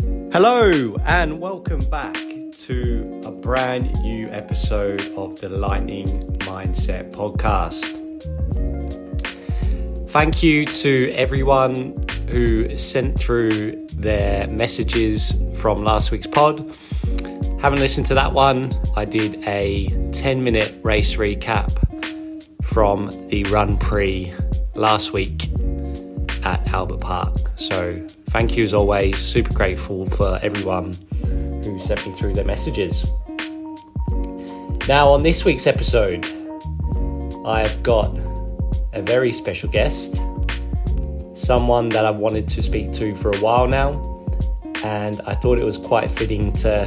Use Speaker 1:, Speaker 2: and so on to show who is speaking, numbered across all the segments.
Speaker 1: Hello, and welcome back to a brand new episode of the Lightning Mindset Podcast. Thank you to everyone who sent through their messages from last week's pod. Haven't listened to that one. I did a 10 minute race recap from the Run Prix last week at Albert Park. So thank you as always. Super grateful for everyone who sent me through their messages. Now, on this week's episode, I've got a very special guest, someone that I've wanted to speak to for a while now, and I thought it was quite fitting to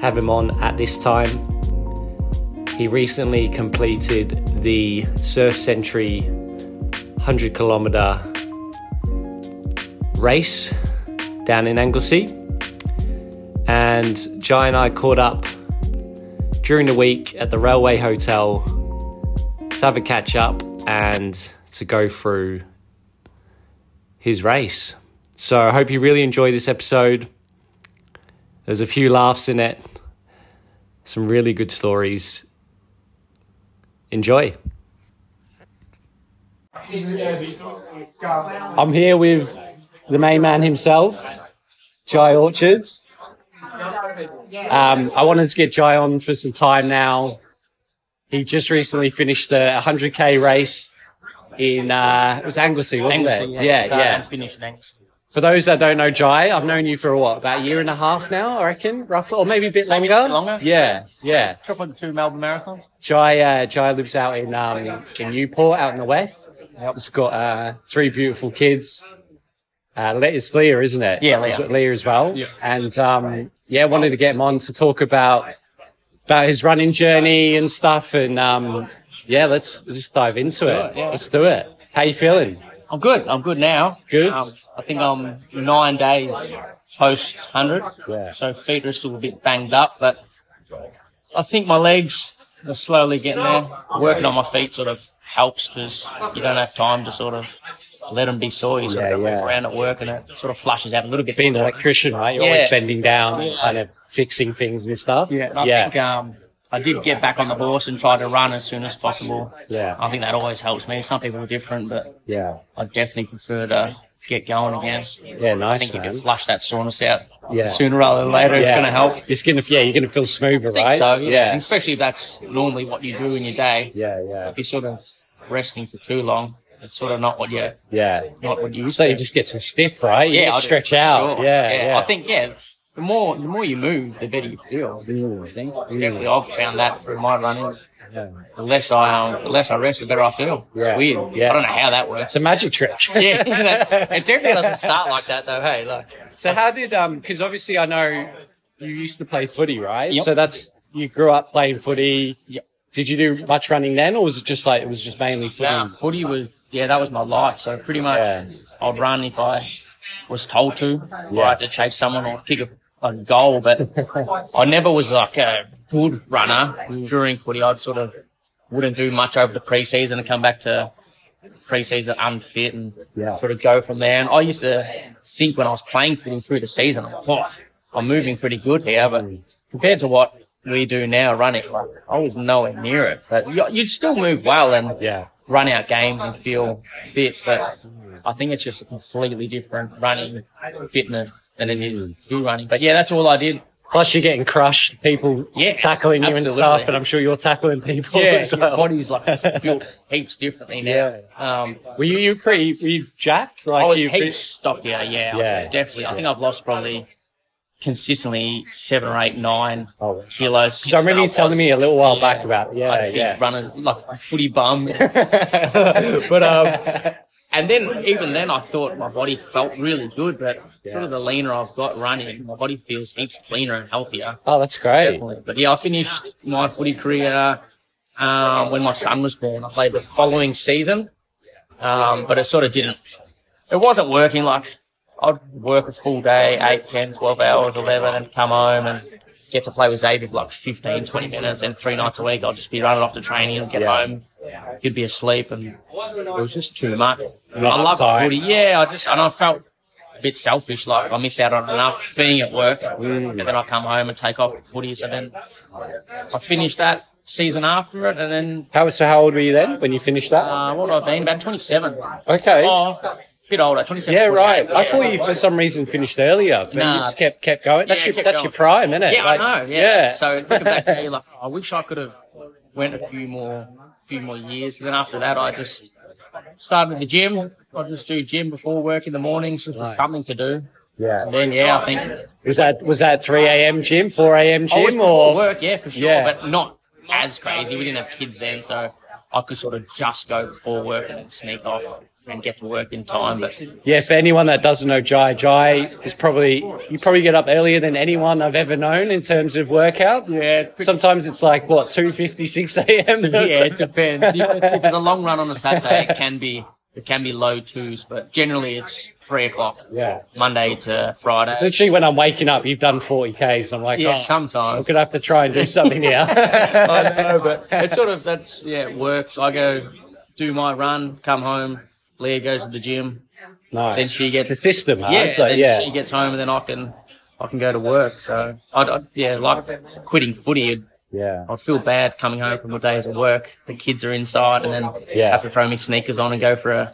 Speaker 1: have him on at this time. He recently completed the Surf Century 100 kilometer race down in Anglesey. And Jai and I caught up during the week at the Railway Hotel to have a catch up and to go through his race. So I hope you really enjoy this episode. There's a few laughs in it, some really good stories. Enjoy. I'm here with the main man himself, Jai Orchards. Um, I wanted to get Jai on for some time now. He just recently finished the 100k race in uh, it was Anglesey, wasn't it? yeah, yeah.
Speaker 2: Finish next.
Speaker 1: For those that don't know Jai, I've known you for what about a year and a half now, I reckon, roughly, or maybe a bit longer.
Speaker 2: longer.
Speaker 1: Yeah, yeah.
Speaker 2: Triple two Melbourne marathons.
Speaker 1: Jai, uh, Jai lives out in um, in Newport, out in the west. He's got uh, three beautiful kids. Uh, Le- it's Leah, isn't it?
Speaker 2: Yeah, Leah.
Speaker 1: It's Leah as well. Yeah. And um, yeah, wanted to get him on to talk about about his running journey and stuff. And um, yeah, let's just dive into it. Let's do it. How you feeling?
Speaker 2: I'm good. I'm good now.
Speaker 1: Good.
Speaker 2: Um, I think I'm nine days post hundred.
Speaker 1: Yeah.
Speaker 2: So feet are still a bit banged up, but I think my legs are slowly getting there. Working on my feet sort of helps because you don't have time to sort of let them be sore. You sort
Speaker 1: Yeah,
Speaker 2: of
Speaker 1: yeah.
Speaker 2: move around at work and it sort of flushes out a little bit.
Speaker 1: Being an electrician, right? You're
Speaker 2: Yeah.
Speaker 1: always bending down, and
Speaker 2: Yeah.
Speaker 1: kind of fixing things and stuff.
Speaker 2: And I think um, I did get back on the horse and try to run as soon as possible.
Speaker 1: Yeah.
Speaker 2: I think that always helps me. Some people are different, but
Speaker 1: yeah,
Speaker 2: I definitely prefer to get going again.
Speaker 1: yeah.
Speaker 2: I
Speaker 1: Nice
Speaker 2: think you can
Speaker 1: man.
Speaker 2: flush that soreness out
Speaker 1: Yeah.
Speaker 2: sooner rather than later. It's
Speaker 1: Yeah.
Speaker 2: going to help.
Speaker 1: It's gonna, yeah, you're gonna feel smoother,
Speaker 2: I think
Speaker 1: right?
Speaker 2: so,
Speaker 1: yeah,
Speaker 2: Especially if that's normally what you do in your day.
Speaker 1: yeah, yeah,
Speaker 2: If you're sort of resting for too long, it's sort of not what you
Speaker 1: yeah.
Speaker 2: not what you used
Speaker 1: So
Speaker 2: to.
Speaker 1: you just get some stiff, right? You yeah,
Speaker 2: I do,
Speaker 1: stretch
Speaker 2: for
Speaker 1: out.
Speaker 2: sure.
Speaker 1: Yeah, yeah,
Speaker 2: I think yeah. The more the more you move, the better you feel. I think definitely I've found that through my running.
Speaker 1: Mm. Yeah.
Speaker 2: The less I um, the less I rest, the better I feel.
Speaker 1: Yeah.
Speaker 2: It's weird.
Speaker 1: Yeah.
Speaker 2: I don't know how that works.
Speaker 1: It's a magic trick.
Speaker 2: yeah, that- it definitely doesn't start like that though. Hey, like
Speaker 1: So how did um? Because obviously I know you used to play footy, right?
Speaker 2: Yep.
Speaker 1: So that's you grew up playing footy.
Speaker 2: Yep.
Speaker 1: Did you do much running then, or was it just like it was just mainly footy?
Speaker 2: Nah, footy was yeah, that was my life. So pretty much,
Speaker 1: Yeah.
Speaker 2: I'd run if I was told to. Or
Speaker 1: Yeah.
Speaker 2: I had to chase someone or kick a, a goal, but I never was like a good runner during footy. I'd sort of wouldn't do much over the preseason and come back to preseason unfit and
Speaker 1: Yeah.
Speaker 2: sort of go from there. And I used to think when I was playing footy through the season, I'm like, "Oh, I'm moving pretty good here, but compared to what we do now running, like, I was nowhere near it. But you, you'd still move well and
Speaker 1: Yeah.
Speaker 2: run out games and feel fit, but I think it's just a completely different running fitness than it is you running. But yeah, that's all I did.
Speaker 1: Plus you're getting crushed. People
Speaker 2: Yeah,
Speaker 1: tackling you
Speaker 2: absolutely.
Speaker 1: and stuff, and I'm sure you're tackling people as
Speaker 2: your
Speaker 1: well.
Speaker 2: body's like built heaps differently now. Um,
Speaker 1: Were you you pretty were you jacked? Like
Speaker 2: I was
Speaker 1: you
Speaker 2: heaps stopped. Yeah, yeah,
Speaker 1: Yeah.
Speaker 2: definitely. I think I've lost probably consistently seven or eight, nine
Speaker 1: Oh,
Speaker 2: kilos.
Speaker 1: So I remember you telling me a little while back about yeah,
Speaker 2: like,
Speaker 1: yeah.
Speaker 2: big runners, like footy bum.
Speaker 1: but um,
Speaker 2: And then even then, I thought my body felt really good, but sort of the leaner I've got running, my body feels heaps cleaner and healthier.
Speaker 1: oh, that's great.
Speaker 2: Definitely. But yeah, I finished my footy career um, when my son was born. I played the following season, um, but it sort of didn't. It wasn't working. Like I'd work a full day, 8, 10, 12 hours, 11, and come home and get to play with Xavier for like 15, 20 minutes. And three nights a week, I'd just be running off to training and get
Speaker 1: Yeah.
Speaker 2: home. You'd be asleep, and it was just too much. I
Speaker 1: Not
Speaker 2: love
Speaker 1: outside.
Speaker 2: footy. Yeah, I just and I felt a bit selfish. Like I miss out on enough being at work,
Speaker 3: Mm.
Speaker 2: and then I come home and take off footy. So then I finished that season after it, and then
Speaker 3: How so? How old were you then when you finished that?
Speaker 2: uh, what would I been about twenty seven.
Speaker 3: okay.
Speaker 2: Oh, a bit older, twenty seven.
Speaker 3: yeah, right. I thought you for some reason finished earlier, but
Speaker 2: Nah.
Speaker 3: you just kept kept going. That's
Speaker 2: Yeah,
Speaker 3: your
Speaker 2: kept
Speaker 3: that's
Speaker 2: going.
Speaker 3: your prime, isn't it?
Speaker 2: Yeah, I know. Yeah. So looking back now,
Speaker 3: yeah.
Speaker 2: you're like, "Oh, I wish I could have went a few more, few more years. And then after that, I just started at the gym. I just do gym before work in the mornings, just for something to do. And then yeah, I think
Speaker 3: Was that was that three a.m. gym, four a.m.
Speaker 2: always
Speaker 3: gym,
Speaker 2: before
Speaker 3: or
Speaker 2: work, yeah, for sure,
Speaker 3: Yeah.
Speaker 2: but not as crazy. We didn't have kids then, so I could sort of just go before work and then sneak off and get to work in time. But
Speaker 3: yeah? For anyone that doesn't know Jai, Jai is probably you probably get up earlier than anyone I've ever known in terms of workouts.
Speaker 2: Yeah.
Speaker 3: Sometimes it's like what two fifty six a.m.
Speaker 2: yeah, it depends. If it's, if it's a long run on a Saturday, it can be it can be low twos, but generally it's three o'clock.
Speaker 3: Yeah.
Speaker 2: Monday to Friday.
Speaker 3: Literally, when I'm waking up, you've done 40Ks. I'm like,
Speaker 2: yeah,
Speaker 3: oh, I'm
Speaker 2: sometimes.
Speaker 3: going to have to try and do something now.
Speaker 2: I know, but it sort of that's yeah, it works. I go do my run, come home. Leah goes to the gym.
Speaker 3: nice.
Speaker 2: Then she gets
Speaker 3: it's a system, huh?
Speaker 2: yeah,
Speaker 3: It's like,
Speaker 2: then
Speaker 3: yeah.
Speaker 2: she gets home, and then I can I can go to work. So I would yeah, like quitting footy. I'd,
Speaker 3: yeah.
Speaker 2: I'd feel bad coming home from my days at work. The kids are inside, and then
Speaker 3: Yeah.
Speaker 2: have to throw me sneakers on and go for a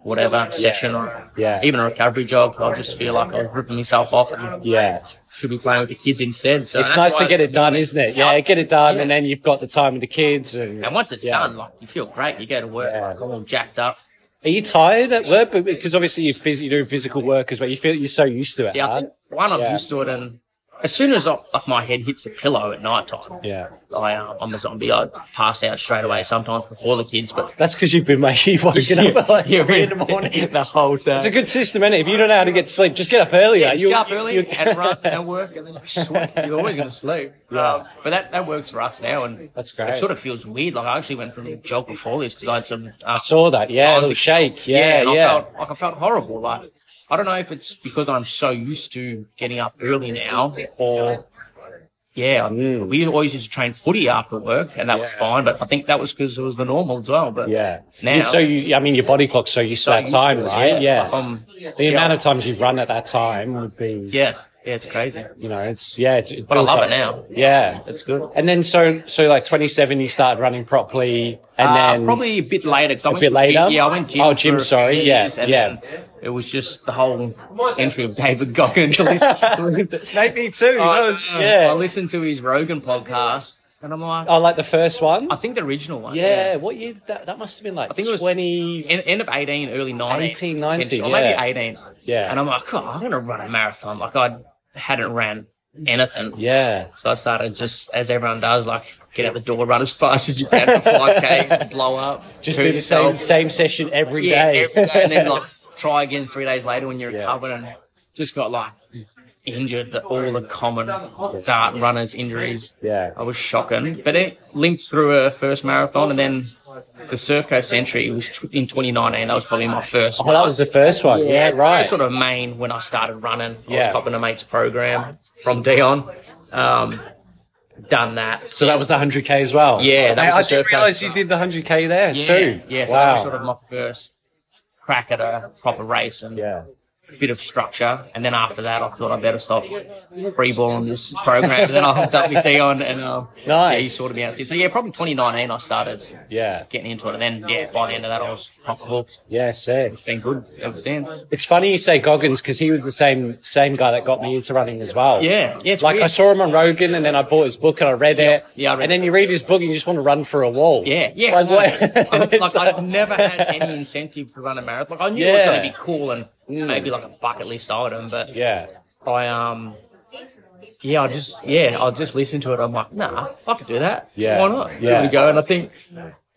Speaker 2: whatever session or
Speaker 3: Yeah.
Speaker 2: even a recovery job. I just feel like I was ripping myself off and
Speaker 3: Yeah.
Speaker 2: should be playing with the kids instead. So
Speaker 3: It's
Speaker 2: that's
Speaker 3: nice to
Speaker 2: why-
Speaker 3: get it done, isn't it? Yeah,
Speaker 2: Yeah.
Speaker 3: get it done, and then you've got the time with the kids. And,
Speaker 2: And once it's
Speaker 3: yeah.
Speaker 2: done, like you feel great. You go to work,
Speaker 3: Yeah.
Speaker 2: like all jacked up.
Speaker 3: Are you tired at work? But- Because obviously you're, phys- you're doing physical work as well. You feel you're so used to it,
Speaker 2: Yeah, I
Speaker 3: huh?
Speaker 2: think one I'm
Speaker 3: Uh, Yeah.
Speaker 2: used to it, and as soon as I, like my head hits the pillow at night time,
Speaker 3: Yeah.
Speaker 2: I um, I'm a zombie. I pass out straight away. Sometimes before the kids, but
Speaker 3: That's because you've been making, you've woken up at like three in the morning.
Speaker 2: the whole day.
Speaker 3: It's a good system, isn't it? If you don't know how to get to sleep, just get up earlier.
Speaker 2: Just
Speaker 3: You'll-
Speaker 2: get up early
Speaker 3: you'll-
Speaker 2: and run and work, and then you're sweet. you're always going to sleep. Um, but that, that works for us now, and
Speaker 3: That's great.
Speaker 2: It sort of feels weird. Like I actually went for a jog before this because I had some. Uh,
Speaker 3: Saw that, yeah, a
Speaker 2: Time
Speaker 3: little
Speaker 2: to-
Speaker 3: shake.
Speaker 2: yeah,
Speaker 3: Yeah,
Speaker 2: and
Speaker 3: yeah.
Speaker 2: I felt like I felt horrible. Like I don't know if it's because I'm so used to getting up early now, or yeah,
Speaker 3: Mm.
Speaker 2: we always used to train footy after work, and that was fine. But I think that was because it was the normal as well. But
Speaker 3: Yeah.
Speaker 2: now
Speaker 3: You're so you, I mean, your body clock's so used
Speaker 2: so
Speaker 3: to that
Speaker 2: used
Speaker 3: time,
Speaker 2: to it,
Speaker 3: right? Yeah.
Speaker 2: like, um, yeah,
Speaker 3: the amount of times you've run at that time would be,
Speaker 2: yeah, it's crazy.
Speaker 3: you know, it's yeah. It, it
Speaker 2: But I
Speaker 3: builds
Speaker 2: love
Speaker 3: up.
Speaker 2: it now. Uh,
Speaker 3: Yeah.
Speaker 2: It's good.
Speaker 3: And then so so like 27, you started running properly, and
Speaker 2: Uh,
Speaker 3: then
Speaker 2: probably a bit later. 'cause I went
Speaker 3: bit
Speaker 2: to gym-
Speaker 3: later?
Speaker 2: yeah, I went gym.
Speaker 3: Oh, gym,
Speaker 2: for a few
Speaker 3: sorry, yeah,
Speaker 2: years, and
Speaker 3: yeah.
Speaker 2: then It was just the whole entry of David Goggins. I listened-
Speaker 3: maybe too.
Speaker 2: I-
Speaker 3: that was,
Speaker 2: uh, I
Speaker 3: yeah.
Speaker 2: listened to his Rogan podcast, and I'm like,
Speaker 3: Oh, like the first one.
Speaker 2: I think the original one.
Speaker 3: yeah. What year? Did that that must have been like
Speaker 2: think it was-
Speaker 3: 20.
Speaker 2: En- End of 18, early 19.
Speaker 3: 18, 19,
Speaker 2: Or maybe
Speaker 3: yeah.
Speaker 2: 18.
Speaker 3: Yeah.
Speaker 2: And I'm like, God, I'm going to run a marathon. Like, I hadn't ran anything.
Speaker 3: yeah.
Speaker 2: So I started just, as everyone does, like, get out the door, run as fast as you can for 5K, blow up.
Speaker 3: Just
Speaker 2: hurt
Speaker 3: do the same
Speaker 2: yourself.
Speaker 3: same session every day.
Speaker 2: yeah, every day, and then like try again three days later when you're
Speaker 3: Yeah.
Speaker 2: recovered and just got like injured the, all the common dart runners injuries.
Speaker 3: Yeah.
Speaker 2: I was shocking, but it linked through a first marathon and then the Surf Coast Century was tw- in 2019. That was probably my first.
Speaker 3: oh, that was the first one. Yeah. right.
Speaker 2: first Sort of main when I started running. I
Speaker 3: Yeah.
Speaker 2: was copping a mate's program from Dion. Um, done that.
Speaker 3: So that was the 100k as well.
Speaker 2: Yeah, that
Speaker 3: Mate,
Speaker 2: was
Speaker 3: I
Speaker 2: the
Speaker 3: didn't
Speaker 2: surf
Speaker 3: realise
Speaker 2: coast
Speaker 3: you
Speaker 2: one.
Speaker 3: did the 100k there
Speaker 2: Yeah,
Speaker 3: too.
Speaker 2: yeah. So that was
Speaker 3: wow.
Speaker 2: sort of my first crack at a proper race and
Speaker 3: yeah.
Speaker 2: bit of structure. And then after that, I thought I better stop freeballing this program. But then I hooked up with Dion and um, yeah, he
Speaker 3: Nice.
Speaker 2: sorted me out. So yeah, probably 2019 I started
Speaker 3: Yeah.
Speaker 2: getting into it. And then yeah, by the end of that, I was proper hooked.
Speaker 3: Yeah. Sick.
Speaker 2: It's been good ever since.
Speaker 3: It's funny you say Goggins because he was the same same guy that got me into running as well.
Speaker 2: Yeah, yeah. It's
Speaker 3: Like I
Speaker 2: weird.
Speaker 3: saw him on Rogan, and then I bought his book and I read it.
Speaker 2: yeah, I read
Speaker 3: and then
Speaker 2: it.
Speaker 3: you read his book and you just want to run for a wall.
Speaker 2: Yeah, yeah.
Speaker 3: Like,
Speaker 2: no.
Speaker 3: what?
Speaker 2: I,
Speaker 3: And it's
Speaker 2: like, I've never had any incentive to run a marathon. Like I knew it was
Speaker 3: Yeah. Mm.
Speaker 2: going to be cool and maybe like a bucket list item, but
Speaker 3: yeah,
Speaker 2: I um yeah, I just yeah, I just listen to it. I'm like, nah, I could do that.
Speaker 3: Yeah.
Speaker 2: why not?
Speaker 3: Yeah.
Speaker 2: Here we go. And I think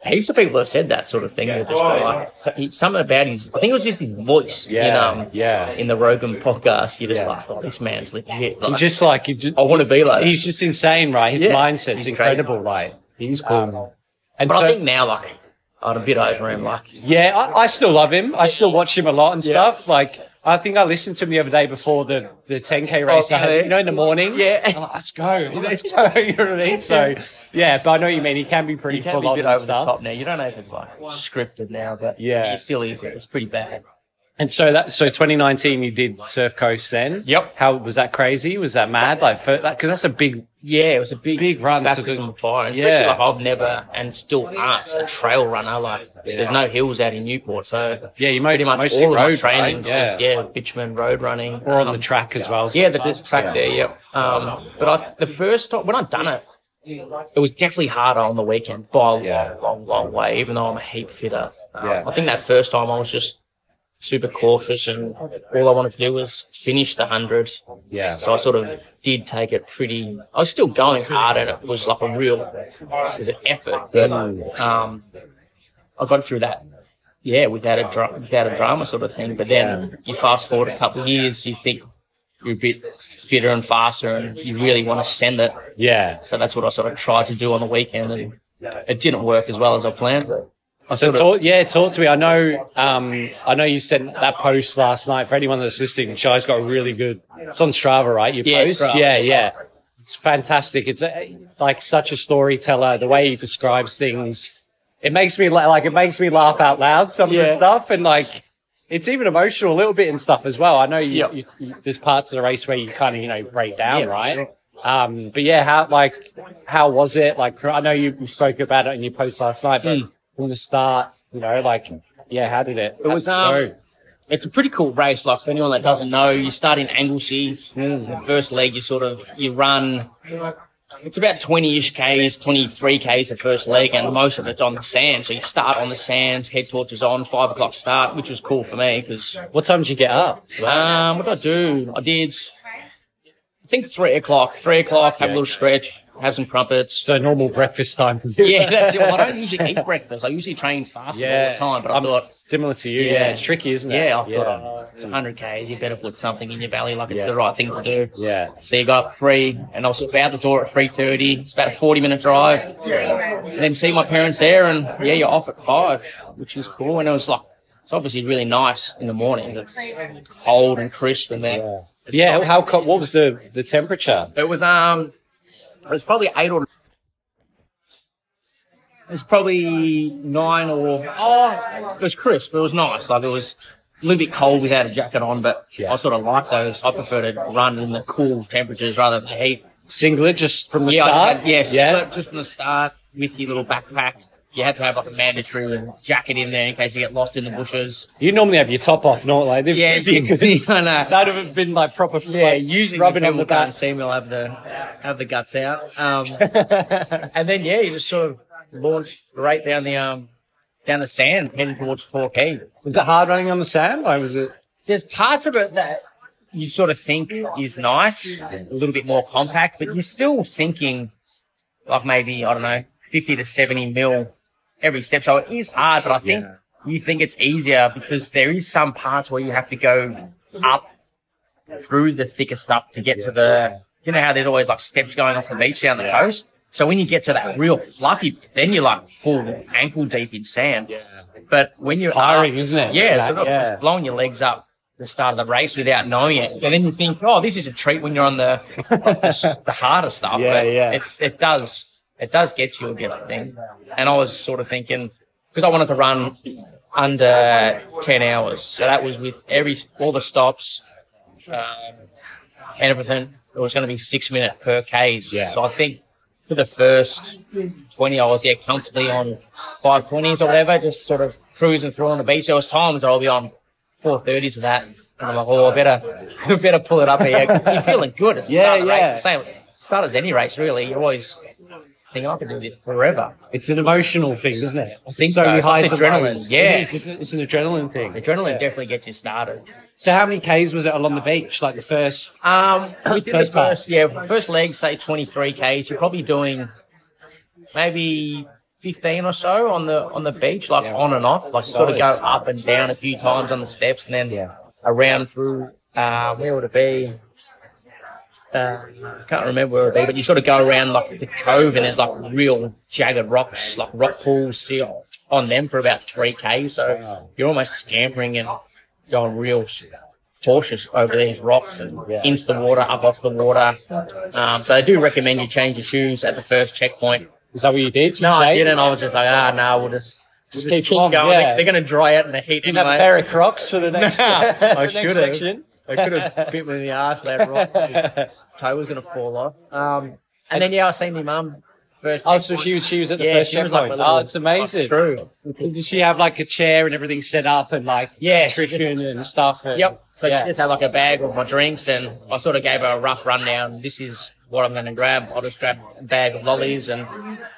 Speaker 2: heaps of people have said that sort of thing. They're just like, so- he- something about his, I think it was just his voice
Speaker 3: Yeah,
Speaker 2: in um
Speaker 3: yeah.
Speaker 2: in the Rogan podcast. You're just
Speaker 3: Yeah.
Speaker 2: like, oh, this man's legit.
Speaker 3: He
Speaker 2: Like,
Speaker 3: just like he just,
Speaker 2: I want to be like.
Speaker 3: he's just insane, right? His
Speaker 2: Yeah.
Speaker 3: mindset's
Speaker 2: He's
Speaker 3: incredible, right?
Speaker 2: he's
Speaker 3: Um, and
Speaker 2: but
Speaker 3: so-
Speaker 2: I think now, like, I'm a bit over him. Like,
Speaker 3: Yeah, I, I still love him. I still watch him a lot and stuff. Like, I think I listened to him the other day before the, the 10K race.
Speaker 2: Oh,
Speaker 3: I had,
Speaker 2: yeah.
Speaker 3: you know, in the morning.
Speaker 2: Yeah.
Speaker 3: I'm like, let's go. Let's go. You know what I mean? So, yeah, but I know what you mean. He can be pretty
Speaker 2: he can
Speaker 3: full
Speaker 2: be a
Speaker 3: on
Speaker 2: bit
Speaker 3: and
Speaker 2: over the
Speaker 3: stuff.
Speaker 2: top now. You don't know if it's like scripted now, but
Speaker 3: Yeah.
Speaker 2: he still is. It was pretty bad.
Speaker 3: And so that so 2019 you did Surf Coast then.
Speaker 2: Yep.
Speaker 3: How was that crazy? Was that mad? Like for that because that's a big
Speaker 2: Yeah, it was a big,
Speaker 3: Big run
Speaker 2: back
Speaker 3: to
Speaker 2: to
Speaker 3: the-
Speaker 2: the fire.
Speaker 3: Yeah.
Speaker 2: Especially like I've never and still aren't a trail runner. Like there's no hills out in Newport, so
Speaker 3: yeah. You
Speaker 2: pretty
Speaker 3: mostly,
Speaker 2: much
Speaker 3: mostly
Speaker 2: all of my
Speaker 3: road
Speaker 2: training's
Speaker 3: right? Yeah.
Speaker 2: just yeah, bitumen road running um,
Speaker 3: Or on the track as well.
Speaker 2: Yeah, the disc track there, yep. Um, but I, the first time, when I done it, it was definitely harder on the weekend by a
Speaker 3: Yeah.
Speaker 2: long, long, long way, even though I'm a heap fitter. Um,
Speaker 3: Yeah.
Speaker 2: I think that first time I was just super cautious and all I wanted to do was finish the 100.
Speaker 3: Yeah.
Speaker 2: So I sort of did take it pretty, I was still going hard and it was like a real, it was an effort. But, um, I got through that. Yeah, without a dra- without a drama sort of thing. But then you fast forward a couple of years, you think you're a bit fitter and faster, and you really want to send it.
Speaker 3: Yeah.
Speaker 2: So that's what I sort of tried to do on the weekend, and it didn't work as well as I planned. But I
Speaker 3: So
Speaker 2: sort of,
Speaker 3: talk, yeah, talk to me. I know, um, I know you sent that post last night. For anyone that's listening, Shai's got a really good. It's on Strava, right? Your
Speaker 2: Yeah,
Speaker 3: post,
Speaker 2: Strava.
Speaker 3: yeah, yeah. It's fantastic. It's uh like such a storyteller. The way he describes things, it makes me la- like it makes me laugh out loud. Some of the
Speaker 2: Yeah.
Speaker 3: stuff and like. It's even emotional a little bit and stuff as well. I know you,
Speaker 2: Yep.
Speaker 3: you, you there's parts of the race where you kind of you know break down,
Speaker 2: Yeah,
Speaker 3: right?
Speaker 2: sure.
Speaker 3: Um, but yeah, how like how was it? Like I know you, you spoke about it in your post last night, but from the start, you know, like yeah, how did it?
Speaker 2: Hmm. It was, um, it's a pretty cool race. Like for anyone that doesn't know, you start in Anglesey. The first leg, you sort of you run. It's about twenty-ish k's, twenty-three k's the first leg, and most of it's on the sand. So you start on the sand, head torches on, five o'clock start, which was cool for me because
Speaker 3: what time did you get up?
Speaker 2: um, what did I do? I did, I think three o'clock. Three o'clock, have a little stretch, have some crumpets,
Speaker 3: So normal breakfast time for you.
Speaker 2: yeah, that's it. Well, I don't usually eat breakfast. I usually train fasted all
Speaker 3: Yeah.
Speaker 2: the time, but I
Speaker 3: I'm-
Speaker 2: thought,
Speaker 3: Similar to you, yeah.
Speaker 2: Yeah.
Speaker 3: It's tricky, isn't it?
Speaker 2: yeah, I thought uh, it's 100 k's. You better put something in your belly, like it's
Speaker 3: Yeah.
Speaker 2: the right thing to do.
Speaker 3: yeah.
Speaker 2: So you got up three, and I was about the door at 3:30. It's about a 40 minute drive. And then see my parents there, and yeah, you're off at five, which is cool. And it was like it's obviously really nice in the morning. It's cold and crisp, and then
Speaker 3: Yeah. Yeah. How? co- What was the the temperature?
Speaker 2: it was um, it was probably eight or. It was probably nine or oh, it was crisp. It was nice. Like it was a little bit cold without a jacket on, but
Speaker 3: Yeah.
Speaker 2: I sort of like those. I prefer to run in the cool temperatures rather than the heat.
Speaker 3: Singlet, just from the
Speaker 2: yeah, I
Speaker 3: start.
Speaker 2: had, yes,
Speaker 3: Yeah.
Speaker 2: but just from the start with your little backpack. You had to have like a mandatory jacket in there in case you get lost in the bushes.
Speaker 3: You normally have your top off, not like if,
Speaker 2: Yeah,
Speaker 3: if you
Speaker 2: it's-
Speaker 3: could.
Speaker 2: I know.
Speaker 3: That'd have been like proper.
Speaker 2: Yeah,
Speaker 3: like,
Speaker 2: usually
Speaker 3: rubbing
Speaker 2: rubbing
Speaker 3: on the back.
Speaker 2: can't see me. I'll have the have the guts out. Um, and then yeah, you just sort of launch right down the um down the sand, heading towards Torquay.
Speaker 3: Was it hard running on the sand? Or was it?
Speaker 2: There's parts of it that you sort of think is nice, a little bit more compact, but you're still sinking like maybe I don't know fifty to seventy mil every step. So it is hard, but I think you think it's easier because there is some parts where you have to go up through the thicker stuff to get to the. You know how there's always like steps going off the beach down the coast. So when you get to that real fluffy, bit, then you're like full ankle deep in sand. But when you're
Speaker 3: tiring, isn't it?
Speaker 2: Yeah,
Speaker 3: Like,
Speaker 2: so it's
Speaker 3: yeah.
Speaker 2: blowing your legs up the start of the race without knowing it. And then you think, oh, this is a treat when you're on the the, the harder stuff.
Speaker 3: Yeah,
Speaker 2: but
Speaker 3: yeah.
Speaker 2: It's it does it does get you a bit, I think. And I was sort of thinking because I wanted to run under ten hours, so that was with every all the stops, um, and everything. It was going to be six minute per k's.
Speaker 3: Yeah.
Speaker 2: So I think for the first twenty, I was yeah comfortably on five twenties or whatever, just sort of cruising through on the beach. There was times I'll be on four thirties of that. And I'm like, oh, I better, better pull it up here. 'Cause You're feeling good. It's the
Speaker 3: Yeah,
Speaker 2: start of the
Speaker 3: yeah.
Speaker 2: race. It's the same start as any race, really. You always think I could do this forever.
Speaker 3: It's an emotional thing, isn't it? I
Speaker 2: think so. It's like adrenaline. Yeah.
Speaker 3: it is. It's, it's an adrenaline thing.
Speaker 2: Adrenaline definitely gets you started.
Speaker 3: So, how many k's was it along the beach? Like the first?
Speaker 2: Um, within
Speaker 3: First
Speaker 2: the
Speaker 3: part.
Speaker 2: first, yeah, first leg, say 23 k's, you're probably doing maybe 15 or so on the on the beach, like on and off, like sort of go up and down a few times on the steps, and then around through. Uh, where would it be? Uh, can't remember where it would be, but you sort of go around like the cove, and there's like real jagged rocks, like rock pools. So you're on them for about three k, so you're almost scampering and going real cautious over these rocks and into the water, up off the water. Um, so I do recommend you change your shoes at the first checkpoint.
Speaker 3: Is that what you did? You
Speaker 2: No, I
Speaker 3: changed?
Speaker 2: didn't. I was just like, ah, no, we'll just Just
Speaker 3: With the
Speaker 2: keep keep
Speaker 3: strong,
Speaker 2: going.
Speaker 3: yeah.
Speaker 2: They, are going to dry out in the heat.
Speaker 3: Didn't have a
Speaker 2: mate.
Speaker 3: pair of Crocs for the next. the
Speaker 2: I
Speaker 3: next
Speaker 2: should have.
Speaker 3: section.
Speaker 2: I could have bit me in the ass there, right? My Toe was going to fall off. Um, and then yeah, I seen my mum first.
Speaker 3: Oh, so she was she was at the
Speaker 2: yeah,
Speaker 3: first
Speaker 2: she was like
Speaker 3: checkpoint.
Speaker 2: my
Speaker 3: oh,
Speaker 2: little-
Speaker 3: it's amazing.
Speaker 2: True.
Speaker 3: So did she have like a chair and everything set up and like
Speaker 2: Yeah, she just-
Speaker 3: nutrition and stuff? and-
Speaker 2: Yep. So
Speaker 3: yeah.
Speaker 2: she just had like a bag of my drinks, and I sort of gave her a rough rundown. This is what I'm going to grab. I'll just grab a bag of lollies, and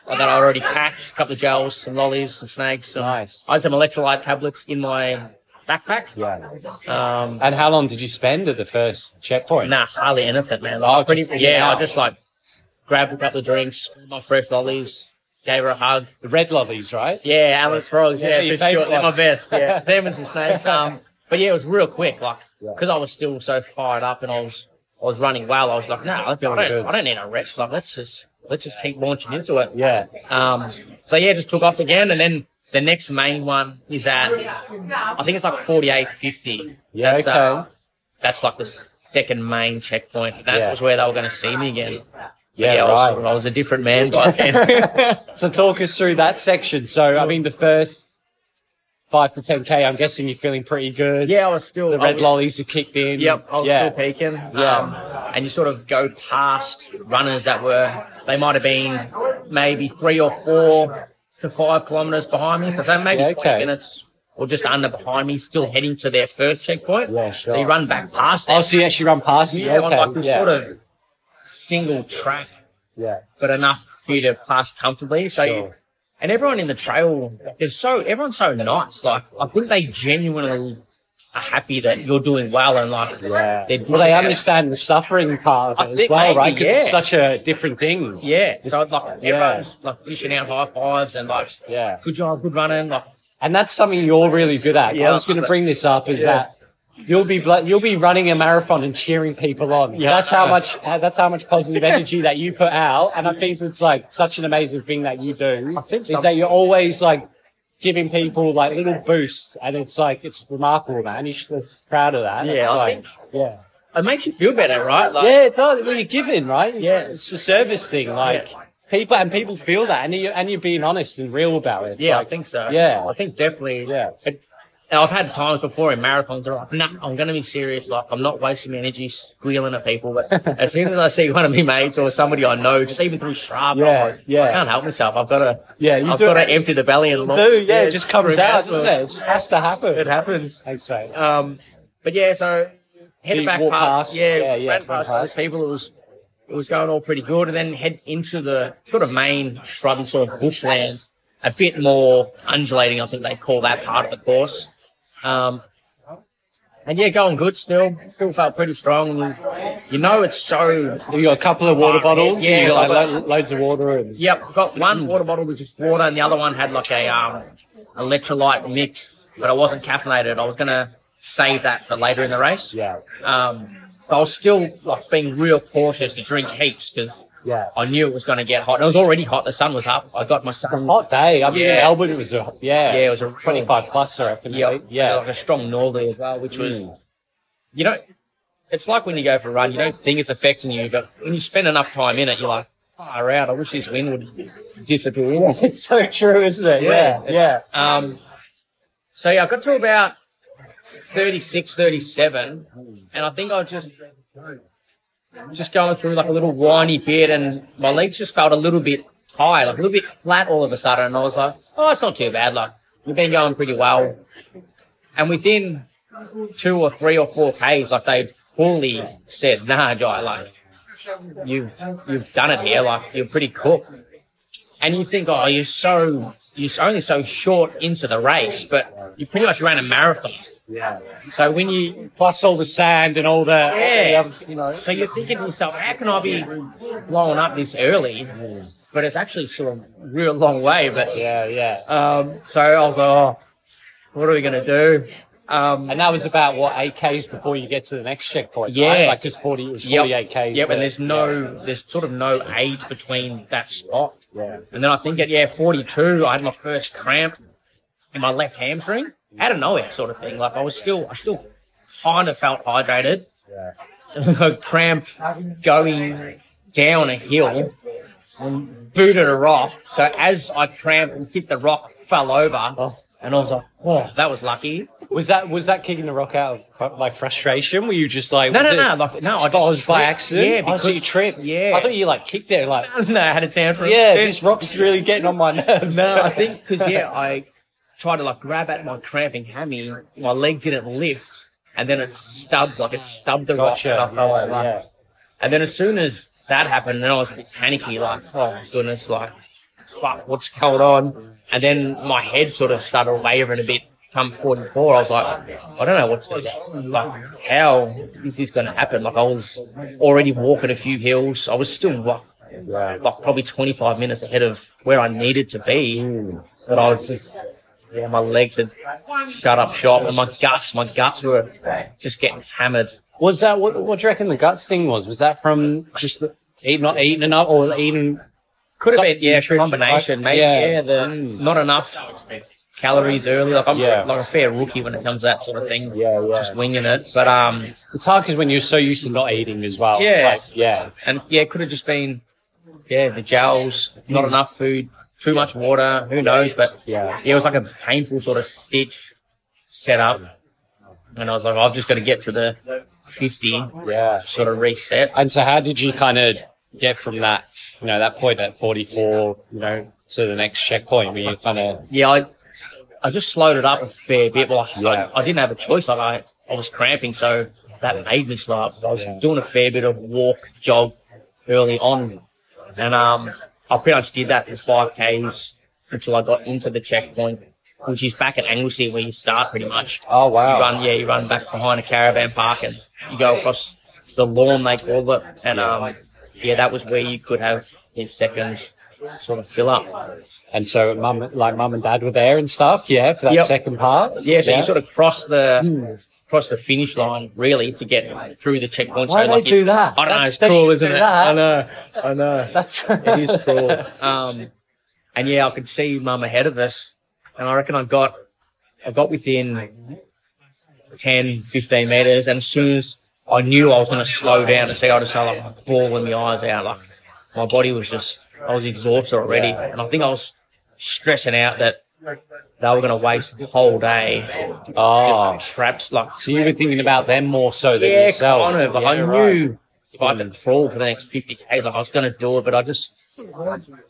Speaker 2: that I already packed a couple of gels, some lollies, some snakes. Some,
Speaker 3: Nice.
Speaker 2: I had some electrolyte tablets in my backpack.
Speaker 3: yeah.
Speaker 2: Um,
Speaker 3: And how long did you spend at the first checkpoint?
Speaker 2: nah, hardly anything, man.
Speaker 3: Oh,
Speaker 2: Like,
Speaker 3: just
Speaker 2: pretty,
Speaker 3: hanging
Speaker 2: yeah,
Speaker 3: out.
Speaker 2: I just like grabbed a couple of drinks, my fresh lollies, gave her a hug.
Speaker 3: The red lollies, right?
Speaker 2: Yeah, Alice Frogs.
Speaker 3: Yeah,
Speaker 2: Yeah,
Speaker 3: your
Speaker 2: for sure.
Speaker 3: favourite
Speaker 2: They're my
Speaker 3: ones.
Speaker 2: best. Yeah, them and some snakes. Um, but yeah, it was real quick, like because I was still so fired up and I was I was running well. I was like, no, nah, let's- I,
Speaker 3: good.
Speaker 2: don't, I don't need a rest. Like, let's just let's just keep launching into it.
Speaker 3: Yeah.
Speaker 2: Um, so yeah, just took off again, and then the next main one is at I think it's like forty eight fifty.
Speaker 3: Yeah.
Speaker 2: That's,
Speaker 3: okay.
Speaker 2: uh, That's like the second main checkpoint. That
Speaker 3: Yeah.
Speaker 2: was where they were going to see me again. I
Speaker 3: yeah.
Speaker 2: was,
Speaker 3: Right.
Speaker 2: I was a different man by then.
Speaker 3: so talk us through that section. So I mean, the first five to ten k, I'm guessing you're feeling pretty good.
Speaker 2: yeah, I was still
Speaker 3: The red
Speaker 2: I-
Speaker 3: lollies have kicked in.
Speaker 2: Yep, I was
Speaker 3: yeah.
Speaker 2: still peaking. Um, and you sort of go past runners that were, they might have been maybe three or four to five kilometres behind me. So, so maybe
Speaker 3: Yeah,
Speaker 2: 20
Speaker 3: okay.
Speaker 2: minutes or just under behind me, still heading to their first checkpoint.
Speaker 3: Yeah, sure.
Speaker 2: So you run back past them.
Speaker 3: Oh, so you actually run past it.
Speaker 2: yeah,
Speaker 3: okay.
Speaker 2: on like this
Speaker 3: yeah.
Speaker 2: sort of single track,
Speaker 3: yeah.
Speaker 2: but enough for you to pass comfortably. So you,
Speaker 3: Sure.
Speaker 2: and everyone in the trail, they're so everyone's so nice. Like, I think they genuinely are happy that you're doing well and like
Speaker 3: Yeah.
Speaker 2: they're
Speaker 3: Well, they
Speaker 2: dishing out-
Speaker 3: understand the suffering part of
Speaker 2: I
Speaker 3: it as
Speaker 2: think
Speaker 3: well,
Speaker 2: maybe,
Speaker 3: right? Because it's
Speaker 2: yeah.
Speaker 3: such a different thing.
Speaker 2: Yeah, so like
Speaker 3: Yeah.
Speaker 2: everyone's like dishing out high fives and like
Speaker 3: Yeah.
Speaker 2: good job, good running. Like
Speaker 3: And that's something you're really good at. I
Speaker 2: Yeah.
Speaker 3: was going to bring this up is
Speaker 2: Yeah.
Speaker 3: that you'll be blo- you'll be running a marathon and cheering people on.
Speaker 2: Yeah.
Speaker 3: That's how much that's how much positive energy that you put out. And I think it's like such an amazing thing that you do. I
Speaker 2: think
Speaker 3: is
Speaker 2: some-
Speaker 3: that you're always like giving people like little boosts, and it's like it's remarkable, man. You should be proud of that.
Speaker 2: Yeah,
Speaker 3: It's
Speaker 2: I
Speaker 3: like,
Speaker 2: think-
Speaker 3: yeah.
Speaker 2: it makes you feel better, right? Like
Speaker 3: Yeah, it does. Well, you're giving, right?
Speaker 2: Yeah.
Speaker 3: it's a service thing. Like people and people feel that, and you and you're being honest and real about it. It's
Speaker 2: yeah,
Speaker 3: like,
Speaker 2: I think so.
Speaker 3: yeah.
Speaker 2: I think definitely.
Speaker 3: Yeah.
Speaker 2: It- and I've had times before in marathons where I'm like, nah, I'm gonna be serious. Like I'm not wasting my energy squealing at people. But as soon as I see one of my mates or somebody I know, just even through Strava,
Speaker 3: Yeah,
Speaker 2: I'm like,
Speaker 3: yeah.
Speaker 2: I can't help myself. I've got to.
Speaker 3: Yeah, you
Speaker 2: I've
Speaker 3: do
Speaker 2: got to
Speaker 3: it.
Speaker 2: empty the belly and
Speaker 3: do. Yeah, it just
Speaker 2: it's
Speaker 3: comes
Speaker 2: true,
Speaker 3: out,
Speaker 2: man.
Speaker 3: doesn't it? It just has to happen.
Speaker 2: It happens.
Speaker 3: Thanks, mate.
Speaker 2: Um, but yeah, so headed
Speaker 3: you
Speaker 2: back
Speaker 3: walk
Speaker 2: past,
Speaker 3: past-
Speaker 2: yeah,
Speaker 3: yeah, yeah,
Speaker 2: ran
Speaker 3: went
Speaker 2: past
Speaker 3: past.
Speaker 2: those people. It was it was going all pretty good, and then head into the sort of main shrub and sort of bushlands, a bit more undulating. I think they call that part of the course. Um, and yeah, going good still. Still felt pretty strong. You know, it's so
Speaker 3: You got a couple of water
Speaker 2: Far
Speaker 3: bottles.
Speaker 2: ahead.
Speaker 3: you
Speaker 2: Yeah,
Speaker 3: got Oh, like, lo- loads of water and
Speaker 2: Yep, got one water bottle which is water, and the other one had like a um, electrolyte mix, but it wasn't caffeinated. I was gonna save that for later in the race.
Speaker 3: yeah,
Speaker 2: Um, so I was still like being real cautious to drink heaps because
Speaker 3: yeah.
Speaker 2: I knew it was gonna get hot. And it was already hot. The sun was up. I got my sun.
Speaker 3: Hot day. I mean,
Speaker 2: Yeah.
Speaker 3: Melbourne was a yeah,
Speaker 2: Yeah, it was a real-
Speaker 3: 25 plus, I reckon.
Speaker 2: Yeah,
Speaker 3: right? yeah.
Speaker 2: like a strong northerly as well, which was
Speaker 3: Mm.
Speaker 2: you know, it's like when you go for a run, you don't think it's affecting you, but when you spend enough time in it, you're like, far out. I wish this wind would disappear.
Speaker 3: It's so true, isn't it? Yeah,
Speaker 2: Yeah.
Speaker 3: yeah.
Speaker 2: Um, so yeah, I got to about 36, 37, and I think I was just just going through like a little whiny bit, and my legs just felt a little bit tired, like a little bit flat all of a sudden, and I was like, oh, it's not too bad. Like we've been going pretty well, and within two or three or four k's, like they fully said, nah, Jai, like you've you've done it here, like you're pretty cooked and you think, oh, you're so you're only so short into the race, but you pretty much ran a marathon. So when you
Speaker 3: Plus all the sand and all the
Speaker 2: Yeah.
Speaker 3: all the other- you know.
Speaker 2: so you're thinking to yourself, how can I be blowing up this early? But it's actually still a real long way. But
Speaker 3: Yeah, yeah.
Speaker 2: um, so I was like, oh, what are we gonna do? Um,
Speaker 3: And that was about what eight k's before you get to the next checkpoint.
Speaker 2: Yeah.
Speaker 3: right? like because forty it was forty eight
Speaker 2: yep,
Speaker 3: k's.
Speaker 2: yep.
Speaker 3: there.
Speaker 2: And there's no, there's sort of no aid between that spot.
Speaker 3: Yeah.
Speaker 2: And then I think at yeah, 42, I had my first cramp in my left hamstring out of nowhere, sort of thing. Like I was still, I still kind of felt hydrated.
Speaker 3: Yeah.
Speaker 2: I cramped going down a hill and booted a rock. So as I cramped and hit the rock fell over,
Speaker 3: Oh.
Speaker 2: and I was like, "Oh, that was lucky."
Speaker 3: Was that was that kicking the rock out of like frustration? Were you just like
Speaker 2: No,
Speaker 3: was
Speaker 2: no,
Speaker 3: it-
Speaker 2: no, like no, I just
Speaker 3: Oh, it was by
Speaker 2: tripped.
Speaker 3: accident.
Speaker 2: Yeah,
Speaker 3: Oh,
Speaker 2: because
Speaker 3: so you tripped.
Speaker 2: Yeah,
Speaker 3: I thought you like kicked there. Like
Speaker 2: no, I had a tantrum.
Speaker 3: yeah,
Speaker 2: Then-
Speaker 3: this rock's really getting on my nerves.
Speaker 2: No, I think because yeah, I tried to like grab at my cramping hammy, my leg didn't lift, and then it stubs like it stubbed the
Speaker 3: Gotcha.
Speaker 2: rock, and I fell
Speaker 3: Yeah,
Speaker 2: over. And then as soon as that happened, then I was a bit panicky, like, oh goodness, like, fuck, what's going on? And then my head sort of started wavering a bit. Come 44, I was like, I don't know what's going to happen. Like, how is this going to happen? Like, I was already walking a few hills. I was still like, like probably 25 minutes ahead of where I needed to be. But I was just, yeah, my legs had shut up shop and my guts, my guts were just getting hammered.
Speaker 3: Was that what? What do you reckon the guts thing was? Was that from just the, eating not eating enough or eating?
Speaker 2: Could have
Speaker 3: Some-
Speaker 2: been yeah
Speaker 3: nutrition,
Speaker 2: combination, mate.
Speaker 3: like- yeah. Mm.
Speaker 2: Yeah, the, not enough calories early. Like I'm
Speaker 3: Yeah.
Speaker 2: like a fair rookie when it comes to that sort of thing.
Speaker 3: Yeah, yeah.
Speaker 2: Just winging it, but um,
Speaker 3: It's hard because when you're so used to not eating as well. It's
Speaker 2: Yeah.
Speaker 3: like, yeah.
Speaker 2: and yeah, could have just been yeah the gels, not enough food, too much water. Who knows? But
Speaker 3: Yeah.
Speaker 2: it was like a painful sort of thick setup, and I was like, I've just got to get to the fifty,
Speaker 3: Yeah.
Speaker 2: sort of reset.
Speaker 3: And so, how did you kind of get from that, you know, that point at 44, you know, to the next checkpoint where you kind of,
Speaker 2: Yeah, I I just slowed it up a fair bit. Well, I,
Speaker 3: Yeah.
Speaker 2: I, I didn't have a choice. Like I, I was cramping, so that made me slow up. I was
Speaker 3: Yeah.
Speaker 2: doing a fair bit of walk, jog early on, and um, I pretty much did that for five k's until I got into the checkpoint, which is back at Anglesey where you start pretty much.
Speaker 3: oh wow,
Speaker 2: You run, yeah, you run back behind a caravan park and you go across the lawn they call it, and um, yeah, that was where you could have his second sort of fill up.
Speaker 3: and so mum, like mum and dad were there and stuff, yeah, for that
Speaker 2: Yep.
Speaker 3: second part.
Speaker 2: Yeah, so you sort of cross
Speaker 3: Hmm.
Speaker 2: the cross the finish line really to get through the checkpoint.
Speaker 3: Why
Speaker 2: so,
Speaker 3: do they
Speaker 2: like,
Speaker 3: do
Speaker 2: it-
Speaker 3: that?
Speaker 2: I don't know.
Speaker 3: That's-
Speaker 2: It's
Speaker 3: they
Speaker 2: cruel,
Speaker 3: should
Speaker 2: isn't
Speaker 3: do
Speaker 2: it?
Speaker 3: that.
Speaker 2: I know.
Speaker 4: I know.
Speaker 3: That's
Speaker 4: It is cruel.
Speaker 2: Um, and yeah, I could see Mum ahead of us, and I reckon I got I got within 10, 15 meters, and as soon as I knew I was going to slow down and see, I just started like bawling my eyes out. Like my body was just I was exhausted already, and I think I was stressing out that they were going to waste the whole day just
Speaker 3: Oh,
Speaker 2: trapped like
Speaker 3: so you were thinking about them more so than
Speaker 2: yeah,
Speaker 3: yourself.
Speaker 2: kind of. Like I
Speaker 3: Yeah, right.
Speaker 2: knew if I had to crawl for the next 50k, like I was going to do it, but I just,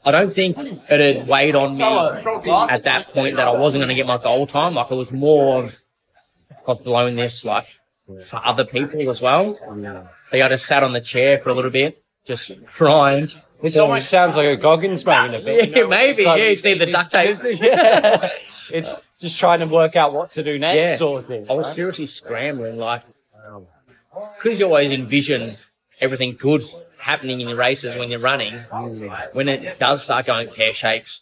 Speaker 2: I don't think it had weighed on me at that point that I wasn't going to get my goal time. Like it was more of, I've blown this like for other people as well. So yeah, I just sat on the chair for a little bit, just crying.
Speaker 3: This almost sounds like a Goggins moment a bit.
Speaker 2: Yeah, maybe. Yeah, you see the duct tape.
Speaker 3: yeah. It's just trying to work out what to do next
Speaker 2: Yeah.
Speaker 3: sort of thing.
Speaker 2: I was
Speaker 3: right?
Speaker 2: seriously scrambling, like, because you always envision everything good happening in your races when you're running. When it does start going pear shaped,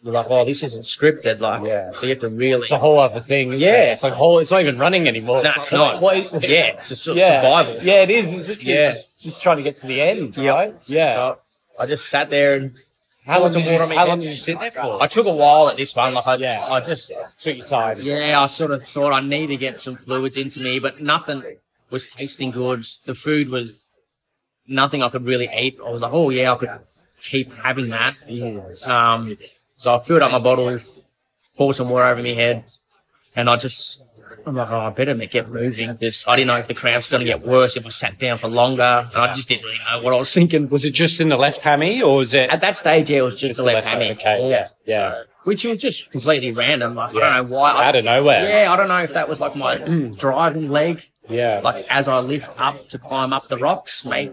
Speaker 2: you're like, oh, this isn't scripted. Like,
Speaker 3: Yeah.
Speaker 2: so you have to really.
Speaker 3: It's a whole other thing. isn't
Speaker 2: Yeah.
Speaker 3: it? It's like a whole, it's not even running anymore.
Speaker 2: no, it's not.
Speaker 3: What is it?
Speaker 2: Yeah, it's just sort of
Speaker 3: Yeah.
Speaker 2: survival.
Speaker 3: Yeah, it is. It's literally
Speaker 2: Yeah.
Speaker 3: just, just trying to get to the end,
Speaker 2: Yeah.
Speaker 3: right? Yeah.
Speaker 2: So I just sat there and
Speaker 3: how
Speaker 2: poured
Speaker 3: long,
Speaker 2: some
Speaker 3: did you,
Speaker 2: water on my
Speaker 3: how
Speaker 2: head.
Speaker 3: long did you sit there for?
Speaker 2: I took a while at this one. Like, I,
Speaker 3: Yeah.
Speaker 2: I just,
Speaker 3: took your time.
Speaker 2: yeah, I sort of thought I need to get some fluids into me, but nothing was tasting good. The food was nothing I could really eat. I was like, oh yeah, I could keep having that. Um, so I filled up my bottles, poured some water over my head, and I just, I'm like, oh, I better get moving because I didn't know if the cramps going to get worse if I sat down for longer. And I just didn't really know what I was thinking.
Speaker 3: Was it just in the left hammy or was it?
Speaker 2: At that stage, yeah, it was just, the left hammy.
Speaker 3: Okay. Yeah. Yeah.
Speaker 2: Which was just completely random. Like,
Speaker 3: Yeah.
Speaker 2: I don't know why. I-
Speaker 3: Out of nowhere.
Speaker 2: yeah, I don't know if that was like my mm, driving leg,
Speaker 3: Yeah.
Speaker 2: like as I lift up to climb up the rocks, mate.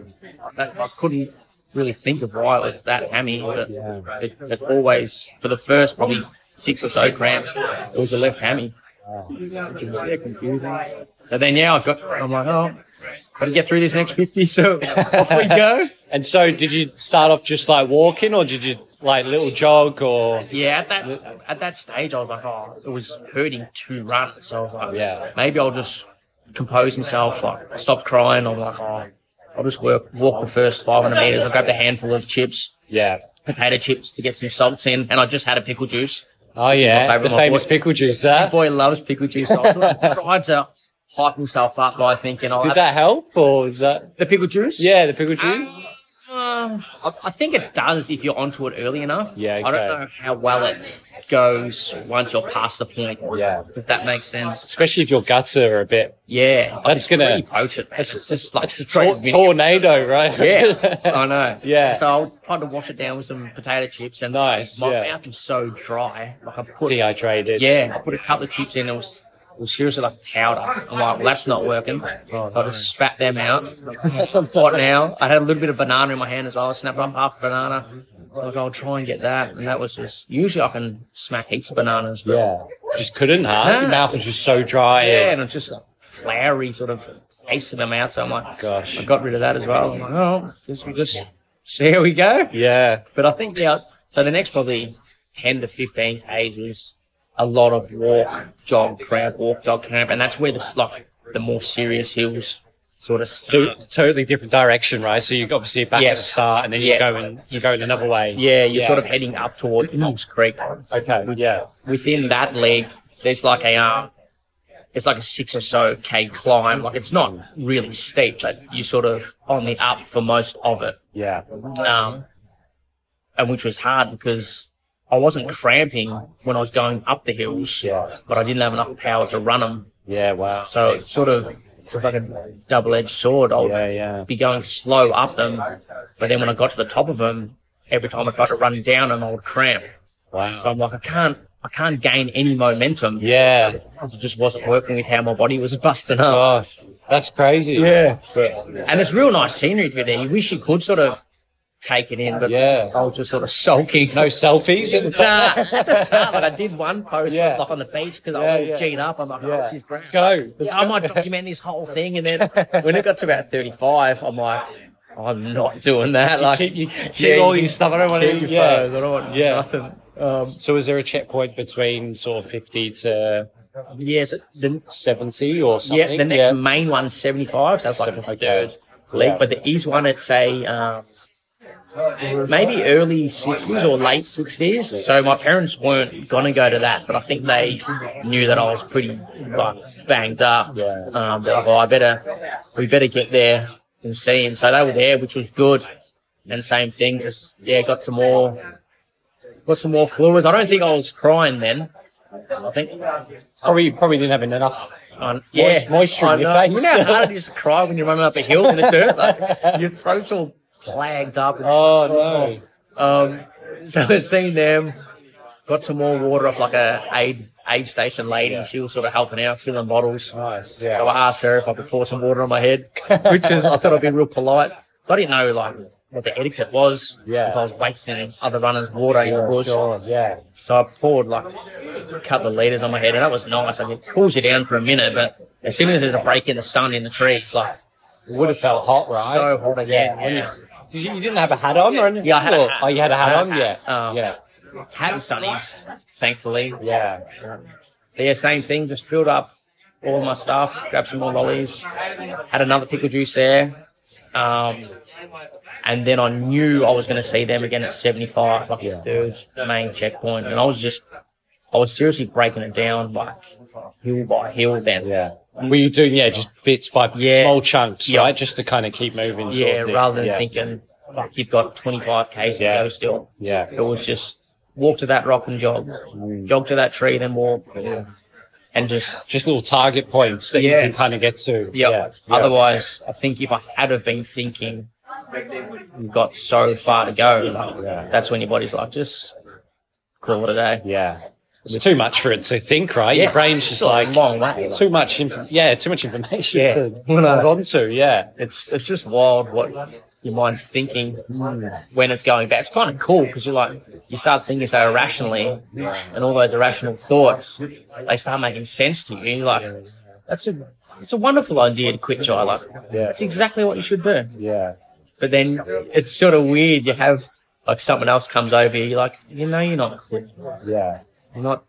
Speaker 2: That, I couldn't really think of why it was that hammy. But it, it always, for the first probably six or so cramps, it was a left hammy. Which is yeah, confusing. So then, yeah, I got, I'm like, oh, got to get through this next 50, so off we go.
Speaker 3: And so did you start off just like walking or did you like little jog or?
Speaker 2: Yeah, at that at that stage, I was like, oh, it was hurting to run. So I was like,
Speaker 3: Yeah.
Speaker 2: maybe I'll just compose myself. Like, stop crying. I'm like, oh, I'll just work, walk the first 500 meters. I grabbed a handful of chips,
Speaker 3: Yeah.
Speaker 2: potato chips, to get some salts in, and I just had a pickle juice.
Speaker 3: Oh
Speaker 2: my
Speaker 3: yeah.
Speaker 2: favourite
Speaker 3: The
Speaker 2: one.
Speaker 3: famous pickle juice, huh?
Speaker 2: Boy loves pickle juice. So I sort of tried to hype myself up by thinking, oh,
Speaker 3: Did that help or was that?
Speaker 2: the pickle juice?
Speaker 3: Yeah, the pickle juice.
Speaker 2: Uh, Um, I, I think it does if you're onto it early enough.
Speaker 3: Yeah,
Speaker 2: I
Speaker 3: okay.
Speaker 2: don't know how well it goes once you're past the point.
Speaker 3: Yeah.
Speaker 2: If that makes sense.
Speaker 3: Especially if your guts are a bit.
Speaker 2: Yeah. I
Speaker 3: That's
Speaker 2: think
Speaker 3: gonna-
Speaker 2: It's pretty potent, man. It's just like
Speaker 3: It's a
Speaker 2: straight
Speaker 3: tor-
Speaker 2: vinegar.
Speaker 3: tornado, right?
Speaker 2: Yeah, I know.
Speaker 3: Yeah.
Speaker 2: So I tried to wash it down with some potato chips, and
Speaker 3: Nice,
Speaker 2: My
Speaker 3: yeah.
Speaker 2: mouth was so dry. Like I put,
Speaker 3: Dehydrated.
Speaker 2: yeah, I put a couple of chips in. It was, it was seriously like powder. I'm like, well, that's not working. so I just spat them out. What now? I had a little bit of banana in my hand as well. I snapped off half a banana. So I was like, I'll try and get that, and that was just. Usually I can smack heaps of bananas, but
Speaker 3: Yeah. Just couldn't, huh?
Speaker 2: No.
Speaker 3: Your mouth was just so dry.
Speaker 2: yeah, and it's just a flowery sort of taste in the mouth. So I'm like,
Speaker 3: Oh, Gosh.
Speaker 2: I got rid of that as well. I'm like, oh, guess we'll just see how we go.
Speaker 3: Yeah.
Speaker 2: But I think yeah. So the next probably ten to fifteen k's was a lot of walk, jog, crowd walk, jog, camp, and that's where the s- like the more serious hills sort of
Speaker 3: To-
Speaker 2: start.
Speaker 3: Totally different direction, right? So you obviously back at
Speaker 2: Yes.
Speaker 3: the start, and then you're
Speaker 2: Yeah.
Speaker 3: going, you're going another way.
Speaker 2: Yeah, you're
Speaker 3: Yeah.
Speaker 2: sort of heading up towards Moose Creek.
Speaker 3: Okay. Yeah.
Speaker 2: Within that leg, there's like a um, it's like a six or so k climb. Like it's not really steep, but you're sort of on the up for most of it.
Speaker 3: Yeah.
Speaker 2: um, and which was hard because I wasn't cramping when I was going up the hills,
Speaker 3: Yeah.
Speaker 2: but I didn't have enough power to run them.
Speaker 3: Yeah. Wow.
Speaker 2: So it's sort of it's like a double-edged sword. I'll
Speaker 3: Yeah. Yeah.
Speaker 2: be going slow up them, but then when I got to the top of them, every time I tried to run down them, I would cramp.
Speaker 3: Wow.
Speaker 2: So I'm like, I can't, I can't gain any momentum.
Speaker 3: yeah.
Speaker 2: It just wasn't working with how my body was busting up.
Speaker 3: Gosh, that's crazy.
Speaker 2: Yeah. and it's real nice scenery through there. You wish you could sort of take it in, but
Speaker 3: Yeah.
Speaker 2: I was just sort of sulking.
Speaker 3: No selfies at the
Speaker 2: Nah,
Speaker 3: top.
Speaker 2: at the start, like I did one post
Speaker 3: Yeah.
Speaker 2: like on the beach because
Speaker 3: Yeah,
Speaker 2: I was all
Speaker 3: yeah.
Speaker 2: G'd up. I'm like, oh, this is great.
Speaker 3: Let's go.
Speaker 2: Yeah, I might document this whole thing, and then when it got to about 35, I'm like, I'm not doing that. like,
Speaker 3: keep- you keep
Speaker 2: yeah,
Speaker 3: all
Speaker 2: you can-
Speaker 3: your stuff. I don't want
Speaker 2: keep
Speaker 3: any
Speaker 2: your
Speaker 3: yeah.
Speaker 2: photos. I don't want
Speaker 3: Yeah.
Speaker 2: nothing. Um,
Speaker 3: So is there a checkpoint between sort of 50 to
Speaker 2: Yes, the,
Speaker 3: 70 or something?
Speaker 2: yeah, the next main one's 75, so that's like the
Speaker 3: Seven- okay.
Speaker 2: third league.
Speaker 3: Yeah.
Speaker 2: But there is one at say um, maybe early 60s or late 60s. So my parents weren't gonna go to that, but I think they knew that I was pretty like, banged up.
Speaker 3: Yeah.
Speaker 2: Um, they're like, oh, I better, we better get there and see him. So they were there, which was good. And same thing, just yeah, got some more, got some more fluids. I don't think I was crying then. I think
Speaker 3: Probably, probably didn't have enough.
Speaker 2: on, yeah,
Speaker 3: moisture
Speaker 2: I
Speaker 3: in your
Speaker 2: know.
Speaker 3: face.
Speaker 2: You know how hard it is to cry when you're running up a hill in the dirt? Like, your throat's all plagued up. And,
Speaker 3: Oh, no.
Speaker 2: um, so I've seen them. Got some more water off like a aid aid station lady. She was sort of helping out, filling bottles.
Speaker 3: Nice. Yeah.
Speaker 2: So I asked her if I could pour some water on my head, which is I thought I'd be real polite. So I didn't know like what the etiquette was.
Speaker 3: Yeah.
Speaker 2: If I was wasting other runners' water in the bush.
Speaker 3: sure. Yeah.
Speaker 2: So I poured like a couple of liters on my head, and that was nice. I mean, it cools you down for a minute, but as soon as there's a break in the sun in the trees, like
Speaker 3: It would have felt hot, right?
Speaker 2: so hot again.
Speaker 3: Yeah.
Speaker 2: Yeah.
Speaker 3: Did you, you didn't have a hat on or anything?
Speaker 2: Yeah, I had a
Speaker 3: Or-
Speaker 2: hat.
Speaker 3: Oh, you had a hat
Speaker 2: I had
Speaker 3: on?
Speaker 2: a hat.
Speaker 3: Yeah.
Speaker 2: Um,
Speaker 3: yeah.
Speaker 2: Had sunnies, thankfully.
Speaker 3: Yeah.
Speaker 2: But yeah, same thing. Just filled up all my stuff, grabbed some more lollies, had another pickle juice there. Um, and then I knew I was going to see them again at 75, like the third main checkpoint. And I was just, I was seriously breaking it down, like hill by hill then.
Speaker 3: Yeah. Were you doing, yeah, just bits by
Speaker 2: Yeah.
Speaker 3: small chunks,
Speaker 2: Yeah.
Speaker 3: right? Just to kind of keep moving. sort of
Speaker 2: Yeah,
Speaker 3: thing.
Speaker 2: rather than
Speaker 3: yeah.
Speaker 2: thinking, fuck, you've got 25 Ks to
Speaker 3: Yeah.
Speaker 2: go still.
Speaker 3: Yeah.
Speaker 2: It was just walk to that rock and jog,
Speaker 3: Mm.
Speaker 2: jog to that tree, then walk. And just,
Speaker 3: Just little target points that
Speaker 2: Yeah.
Speaker 3: you can kind of get to.
Speaker 2: yeah.
Speaker 3: Yeah.
Speaker 2: Otherwise, I think if I had have been thinking, you've got so far to go, like,
Speaker 3: Yeah.
Speaker 2: that's when your body's like, just call it a day.
Speaker 3: Yeah. It's too much for it to think, right? Your brain's just
Speaker 2: It's a
Speaker 3: like
Speaker 2: long way.
Speaker 3: too much, inf- yeah, too much information
Speaker 2: Yeah.
Speaker 3: to hold on to, yeah.
Speaker 2: It's it's just wild what your mind's thinking when it's going back. It's kind of cool because you're like you start thinking so irrationally, and all those irrational thoughts they start making sense to you. And you're like, that's a it's a wonderful idea to quit jog. Like,
Speaker 3: Yeah.
Speaker 2: that's exactly what you should do.
Speaker 3: Yeah.
Speaker 2: But then it's sort of weird. You have like someone else comes over. You're like, you know, you're not quitting.
Speaker 3: Yeah.
Speaker 2: You're not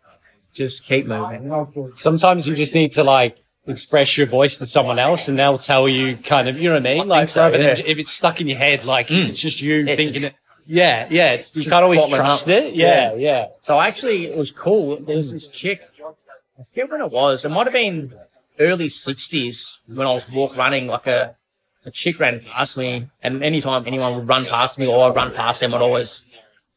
Speaker 2: just keep moving.
Speaker 3: Sometimes you just need to like express your voice to someone else and they'll tell you kind of, you know what I mean? Like,
Speaker 2: so,
Speaker 3: rather than
Speaker 2: yeah.
Speaker 3: if it's stuck in your head, like it's just you
Speaker 2: It's-
Speaker 3: thinking it. Yeah. Yeah. You can't always
Speaker 2: bottling
Speaker 3: trust
Speaker 2: up.
Speaker 3: it. Yeah. Yeah.
Speaker 2: So actually, it was cool. There was this chick. I forget when it was. It might have been early '60s when I was walk running like a a chick ran past me, and anytime anyone would run past me or I run past them, I'd always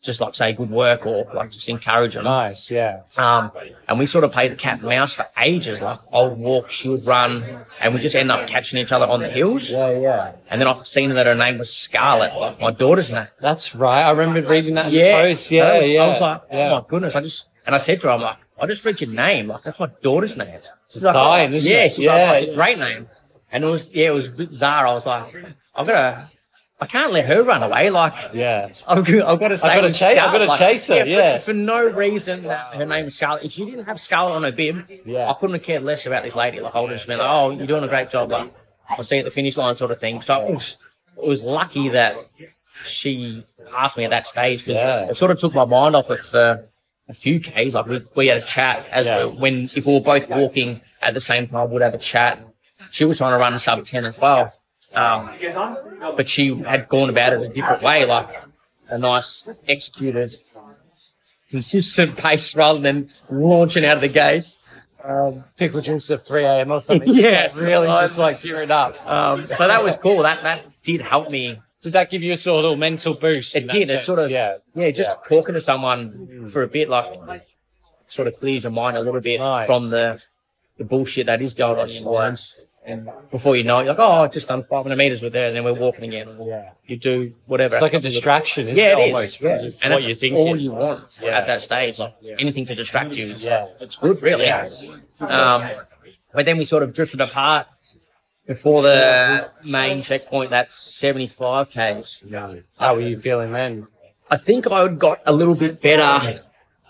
Speaker 2: just like say good work or like just encourage them.
Speaker 3: Nice, yeah.
Speaker 2: Um, and we sort of played cat and mouse for ages. Like I would walk, she would run, and we just end up catching each other on the hills.
Speaker 3: Yeah, yeah.
Speaker 2: And then I've seen that her name was Scarlett, like my daughter's name.
Speaker 3: That's right. I remember reading that in
Speaker 2: Yeah.
Speaker 3: the post.
Speaker 2: So
Speaker 3: Yeah,
Speaker 2: I was,
Speaker 3: yeah.
Speaker 2: I was like,
Speaker 3: yeah.
Speaker 2: oh my goodness. I just, and I said to her, I'm like, I just read your name. Like, that's my daughter's name. She's like,
Speaker 3: Dine,
Speaker 2: oh,
Speaker 3: isn't
Speaker 2: yeah.
Speaker 3: it?
Speaker 2: She's like, oh,
Speaker 3: Yeah.
Speaker 2: it's a great name. And it was, yeah, it was bizarre. I was like, I've got to, I can't let her run away. Like,
Speaker 3: yeah.
Speaker 2: I've got, I've got to stay
Speaker 3: gotta
Speaker 2: with
Speaker 3: chase- I've
Speaker 2: Scarlett.
Speaker 3: gotta
Speaker 2: Like,
Speaker 3: chase her,
Speaker 2: for-
Speaker 3: yeah.
Speaker 2: For, no reason that her name is Scarlett. If she didn't have Scarlett on her bib,
Speaker 3: Yeah.
Speaker 2: I couldn't have cared less about this lady. Like, I would have just been like, oh, you're doing a great job. Like, I'll see you at the finish line sort of thing. So it was, it was lucky that she asked me at that stage because
Speaker 3: Yeah.
Speaker 2: it sort of took my mind off it for a few Ks. Like, we, we had a chat as
Speaker 3: Yeah.
Speaker 2: when, if we were both walking at the same time, we'd have a chat. She was trying to run a sub 10 as well. Um, but she had gone about it a different way, like a nice executed, consistent pace rather than launching out of the gates.
Speaker 3: Um, pickle juice at 3 a.m. or something.
Speaker 2: Yeah.
Speaker 3: Really just like gear it up.
Speaker 2: Um, so that was cool. That that did help me.
Speaker 3: Did that give you a sort of mental boost? in
Speaker 2: It
Speaker 3: that
Speaker 2: did. It
Speaker 3: sense?
Speaker 2: sort of
Speaker 3: Yeah.
Speaker 2: yeah, just talking to someone for a bit, like sort of clears your mind a little bit
Speaker 3: Nice.
Speaker 2: from the the bullshit that is going on in your lives. And before you know it, you're like, oh, I've just done 500 meters with her, and then we're walking again. Or
Speaker 3: Yeah.
Speaker 2: You do whatever.
Speaker 3: It's like a distraction, isn't
Speaker 2: yeah,
Speaker 3: it?
Speaker 2: it
Speaker 3: almost?
Speaker 2: is. Yeah.
Speaker 3: Just
Speaker 2: And
Speaker 3: what
Speaker 2: that's
Speaker 3: you
Speaker 2: all
Speaker 3: thinking.
Speaker 2: you want
Speaker 3: Yeah.
Speaker 2: at that stage. Like anything to distract you is
Speaker 3: Yeah.
Speaker 2: it's good, really.
Speaker 3: Yeah.
Speaker 2: Um, but then we sort of drifted apart before the main checkpoint. That's seventy-five k's.
Speaker 3: How were you feeling then?
Speaker 2: I think I had got a little bit better.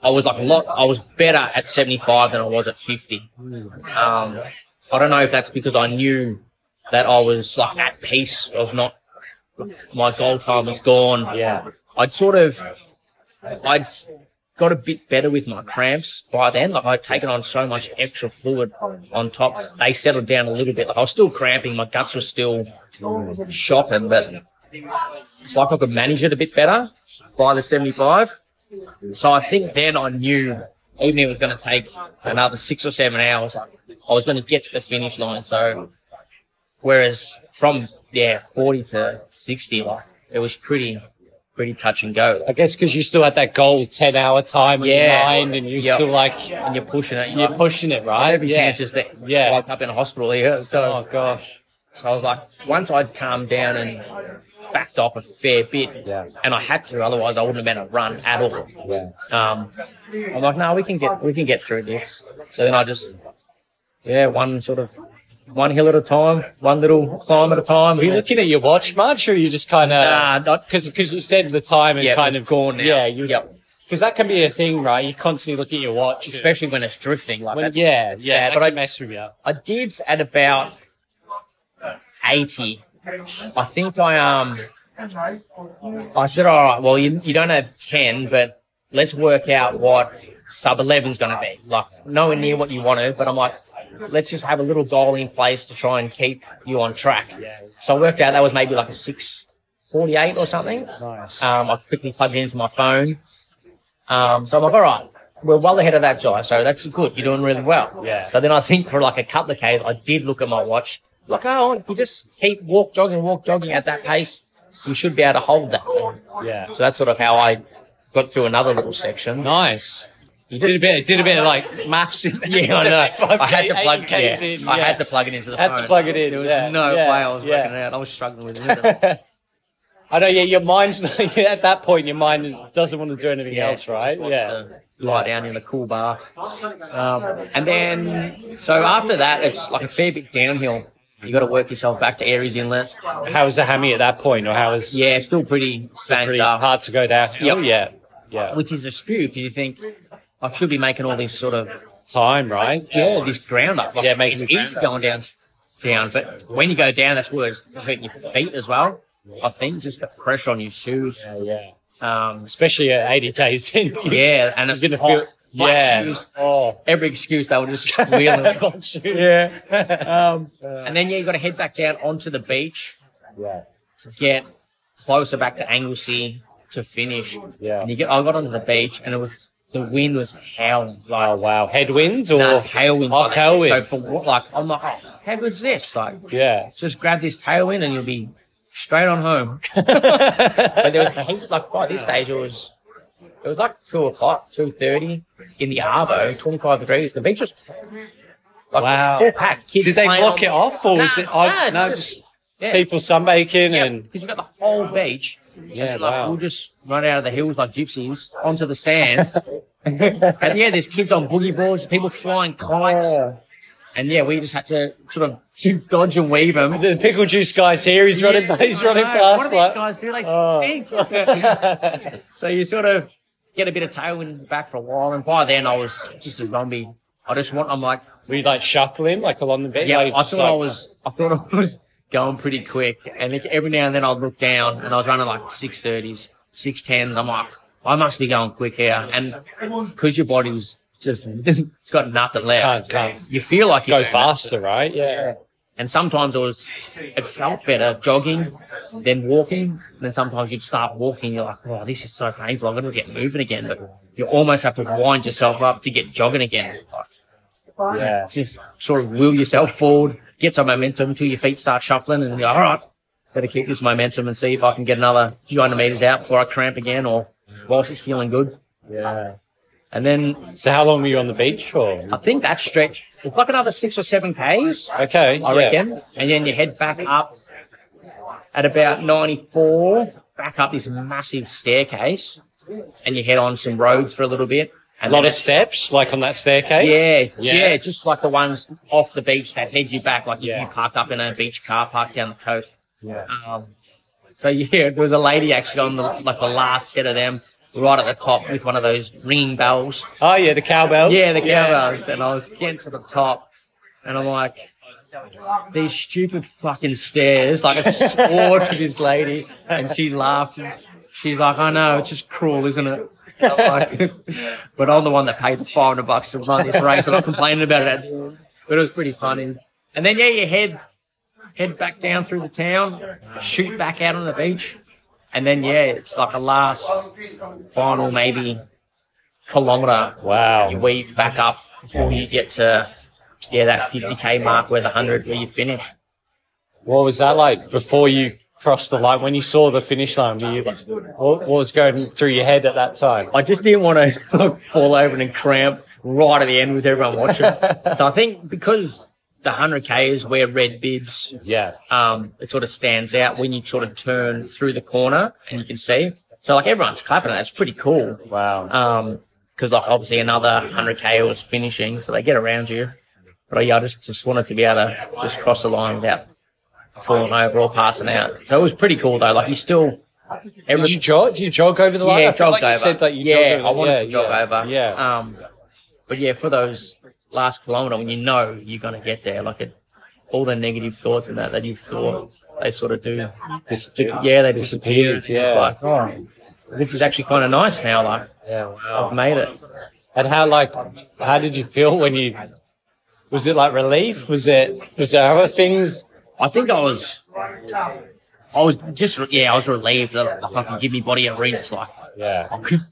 Speaker 2: I was like a lot. I was better at seventy-five than I was at fifty. Um, I don't know if that's because I knew that I was like at peace of not my goal time was gone.
Speaker 3: Yeah.
Speaker 2: I'd sort of, I'd got a bit better with my cramps by then. Like I'd taken on so much extra fluid on top. They settled down a little bit. Like I was still cramping. My guts were still shopping, but it's like I could manage it a bit better by the 75. So I think then I knew even if it was going to take another six or seven hours, like, I was going to get to the finish line. So whereas from, yeah, 40 to 60, like it was pretty, pretty touch and go.
Speaker 3: I guess because you still had that goal 10 hour time in
Speaker 2: Yeah.
Speaker 3: your mind and you're
Speaker 2: Yep.
Speaker 3: still like,
Speaker 2: and you're pushing it.
Speaker 3: you're pushing it, right?
Speaker 2: every
Speaker 3: yeah.
Speaker 2: chance is that
Speaker 3: Yeah.
Speaker 2: yeah. woke up in a hospital here.
Speaker 3: Oh,
Speaker 2: So,
Speaker 3: gosh.
Speaker 2: so I was like, once I'd calmed down and backed off a fair bit,
Speaker 3: Yeah.
Speaker 2: and I had to, otherwise I wouldn't have been able to run at all.
Speaker 3: Yeah.
Speaker 2: Um, I'm like, no, we can get we can get through this. So then I just, yeah, one sort of one hill at a time, one little climb at a time.
Speaker 3: Were you looking at your watch much or you just kind of.
Speaker 2: Nah, not-
Speaker 3: because you said the time and
Speaker 2: yeah,
Speaker 3: kind of
Speaker 2: gone now.
Speaker 3: Yeah, you
Speaker 2: yep.
Speaker 3: Because that can be a thing, right? You constantly look at your watch,
Speaker 2: Especially when it's drifting, like
Speaker 3: When,
Speaker 2: that's,
Speaker 3: yeah, yeah.
Speaker 2: bad,
Speaker 3: But
Speaker 2: but
Speaker 3: I
Speaker 2: I-
Speaker 3: mess with you.
Speaker 2: I did at about 80. I think I um I said, all right, well you, you don't have 10, but let's work out what sub 11 is going to be. Like nowhere near what you want to, but I'm like, let's just have a little goal in place to try and keep you on track. So I worked out that was maybe like a 648 or something.
Speaker 3: Nice.
Speaker 2: Um, I quickly plugged it into my phone. Um, so I'm like, all right, we're well ahead of that guy. So that's good. You're doing really well.
Speaker 3: Yeah.
Speaker 2: So then I think for like a couple of Ks, I did look at my watch. Like, oh, if you just keep walk, jogging, walk, jogging at that pace, you should be able to hold that.
Speaker 3: yeah.
Speaker 2: So that's sort of how I got through another little section.
Speaker 3: Nice. You did a bit. Did a bit of like maths in. that
Speaker 2: Yeah, I know.
Speaker 3: 75K,
Speaker 2: I had to plug.
Speaker 3: 80Ks
Speaker 2: yeah,
Speaker 3: in,
Speaker 2: I
Speaker 3: yeah.
Speaker 2: had to plug it into the
Speaker 3: Had to
Speaker 2: phone.
Speaker 3: plug it in,
Speaker 2: There was
Speaker 3: yeah,
Speaker 2: no
Speaker 3: yeah,
Speaker 2: way I was
Speaker 3: yeah.
Speaker 2: working it out. I was struggling with it.
Speaker 3: I know. Yeah, your mind's at that point. Your mind doesn't want to do anything else,
Speaker 2: just
Speaker 3: right?
Speaker 2: wants
Speaker 3: Yeah.
Speaker 2: to lie down in a cool bath. Um, and then, so after that, it's like a fair bit downhill. You got to work yourself back to Aries Inlet.
Speaker 3: How was the hammy at that point, or how was
Speaker 2: Yeah, it's still pretty
Speaker 3: pretty
Speaker 2: banked up,
Speaker 3: hard to go down?
Speaker 2: Yep.
Speaker 3: Oh yeah, yeah.
Speaker 2: which is a spew because you think I should be making all this sort of
Speaker 3: Time, right?
Speaker 2: yeah, this ground up. Like,
Speaker 3: Yeah, it makes
Speaker 2: it's
Speaker 3: me
Speaker 2: easy going down, down, but when you go down, that's where it's hurting your feet as well. I think just the pressure on your shoes.
Speaker 3: Yeah, yeah.
Speaker 2: Um,
Speaker 3: Especially at 80 k's in.
Speaker 2: yeah, and it's
Speaker 3: You're gonna
Speaker 2: hot.
Speaker 3: feel.
Speaker 2: Black
Speaker 3: Yeah.
Speaker 2: shoes.
Speaker 3: Oh.
Speaker 2: Every excuse they were just squealing.
Speaker 3: Black shoes. Yeah.
Speaker 2: Um, and then yeah, you got to head back down onto the beach
Speaker 3: Yeah.
Speaker 2: to get closer back to Anglesey to finish.
Speaker 3: Yeah.
Speaker 2: And you get, I got onto the beach and it was the wind was howling. Like,
Speaker 3: Oh wow, headwinds or
Speaker 2: nah, tailwind.
Speaker 3: Oh, tailwind.
Speaker 2: So for what, like, I'm like, oh, how good's this? Like,
Speaker 3: yeah.
Speaker 2: just grab this tailwind and you'll be straight on home. but there was heat, like by this stage it was it was like two o'clock, two thirty in the Arvo, twenty five degrees. The beach was like
Speaker 3: Wow.
Speaker 2: full packed. Kids
Speaker 3: Did they
Speaker 2: playing
Speaker 3: block
Speaker 2: on-
Speaker 3: it off or was
Speaker 2: Nah,
Speaker 3: it? I,
Speaker 2: nah,
Speaker 3: no,
Speaker 2: it's
Speaker 3: just
Speaker 2: just- yeah.
Speaker 3: people sunbaking and
Speaker 2: because you got the whole beach.
Speaker 3: Yeah,
Speaker 2: and, like
Speaker 3: wow.
Speaker 2: we'll just run out of the hills like gypsies onto the sand. and yeah, there's kids on boogie boards, people flying kites, and yeah, we just had to sort of dodge and weave them.
Speaker 3: the pickle juice guys here. He's running. He's running
Speaker 2: I know.
Speaker 3: past.
Speaker 2: What do these
Speaker 3: Like,
Speaker 2: guys do? They
Speaker 3: Oh.
Speaker 2: think. so you sort of get a bit of tailwind back for a while, and by then I was just a zombie. I just want. I'm like,
Speaker 3: were you like shuffling like along the beach?
Speaker 2: yeah.
Speaker 3: Like,
Speaker 2: I
Speaker 3: just
Speaker 2: thought
Speaker 3: like-
Speaker 2: I was. I thought I was going pretty quick, and like, every now and then I'd look down, and I was running like six thirties, six tens. I'm like, I must be going quick here, and because your body's just, it's got nothing
Speaker 3: Can't,
Speaker 2: left.
Speaker 3: can't
Speaker 2: You feel like you
Speaker 3: go faster, right? Yeah.
Speaker 2: And sometimes it was, it felt better jogging than walking. And then sometimes you'd start walking, you're like, oh, this is so painful. I'm going to get moving again. But you almost have to wind yourself up to get jogging again. Like,
Speaker 3: Yeah.
Speaker 2: it's just sort of wheel yourself forward, get some momentum until your feet start shuffling and you're all right, better keep this momentum and see if I can get another few hundred meters out before I cramp again or whilst it's feeling good.
Speaker 3: Yeah.
Speaker 2: And then
Speaker 3: So how long were you on the beach for?
Speaker 2: I think that stretch, it's like another six or seven Ks.
Speaker 3: Okay.
Speaker 2: I
Speaker 3: yeah.
Speaker 2: reckon. And then you head back up at about 94, back up this massive staircase, and you head on some roads for a little bit.
Speaker 3: A
Speaker 2: And
Speaker 3: lot
Speaker 2: then
Speaker 3: of
Speaker 2: it's-
Speaker 3: steps, like on that
Speaker 2: Yeah,
Speaker 3: staircase.
Speaker 2: yeah, just like the ones off the beach that head you back, like
Speaker 3: Yeah.
Speaker 2: if you parked up in a beach car park down the coast.
Speaker 3: Yeah.
Speaker 2: Um, so yeah, there was a lady actually on the like the last set of them, right at the top with one of those ringing bells.
Speaker 3: Oh yeah, the cowbells.
Speaker 2: Yeah, the cowbells. And I was getting to the top, and I'm like, these stupid fucking stairs. Like I swore to this lady, and she laughed. She's like, I know, it's just cruel, isn't it? I'm like, but I'm the one that paid the 500 bucks to run this race, and I'm complaining about it. But it was pretty funny. And then yeah, you head head back down through the town, shoot back out on the beach, and then yeah, it's like a last final maybe kilometer you
Speaker 3: Wow.
Speaker 2: weave back up before you get to yeah that 50k mark where the 100 where you finish
Speaker 3: What was that like before you crossed the line? When you saw the finish line, were you, what, what was going through your head at that time?
Speaker 2: i just didn't want to fall over and cramp right at the end with everyone watching so i think because the 100k is where red bibs
Speaker 3: Yeah.
Speaker 2: um, it sort of stands out when you sort of turn through the corner and you can see so like everyone's clapping and it's pretty cool
Speaker 3: Wow.
Speaker 2: Um 'cause because like obviously another 100k was finishing, so they get around you. But uh, yeah, I just just wanted to be able to just cross the line without falling over or passing out. So it was pretty cool though. Like you still,
Speaker 3: Did you jog? Did you jog over the line?
Speaker 2: yeah,
Speaker 3: I feel
Speaker 2: jogged
Speaker 3: like
Speaker 2: over.
Speaker 3: You said that you
Speaker 2: yeah,
Speaker 3: jogged over.
Speaker 2: I wanted
Speaker 3: yeah,
Speaker 2: to jog
Speaker 3: yeah,
Speaker 2: over.
Speaker 3: Yeah.
Speaker 2: Um, but yeah, for those last kilometer when you know you're gonna get there, like it, all the negative thoughts and that that you've thought, they sort of do. Yeah, they disappear. It's
Speaker 3: Disappeared, yeah.
Speaker 2: like, oh, this is actually kind of nice now. Like
Speaker 3: yeah.
Speaker 2: I've
Speaker 3: Wow.
Speaker 2: made it.
Speaker 3: And how like how did you feel when you? Was it like relief? Was it? Was there other things?
Speaker 2: I think I was, I was just yeah, I was relieved that I could give my body a rinse, like
Speaker 3: Yeah.
Speaker 2: I could,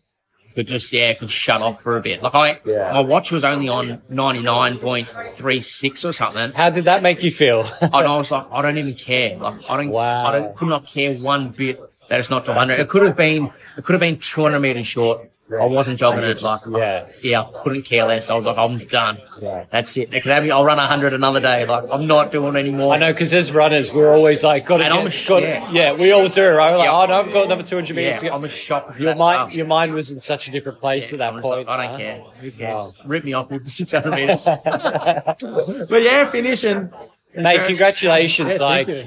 Speaker 2: could just yeah, could shut off for a bit. Like I,
Speaker 3: Yeah.
Speaker 2: my watch was only on ninety nine point three six or something,
Speaker 3: How did that make you feel?
Speaker 2: and I was like, I don't even care. Like I don't,
Speaker 3: Wow.
Speaker 2: I don't, could not care one bit that it's not two hundred. It could have been, it could have been two hundred meters short. I wasn't jogging it like
Speaker 3: yeah.
Speaker 2: yeah, I couldn't care less. I was like, I'm done.
Speaker 3: Yeah.
Speaker 2: That's it. They could have me. I'll run hundred another day. Like I'm not doing anymore.
Speaker 3: I know because as runners, we're always like, got to
Speaker 2: And I'm
Speaker 3: get,
Speaker 2: a-
Speaker 3: got, yeah.
Speaker 2: yeah.
Speaker 3: we all do, right? We're like,
Speaker 2: Yeah.
Speaker 3: oh no, I've got another 200 meters to
Speaker 2: Yeah,
Speaker 3: go.
Speaker 2: I'm a shock. Um,
Speaker 3: Your mind, your mind was in such a different place at that point.
Speaker 2: I don't care. Who cares?
Speaker 3: Oh.
Speaker 2: Rip me off with the 600 meters.
Speaker 3: care.
Speaker 2: but yeah, finishing.
Speaker 3: Mate, congratulations! like,
Speaker 2: you.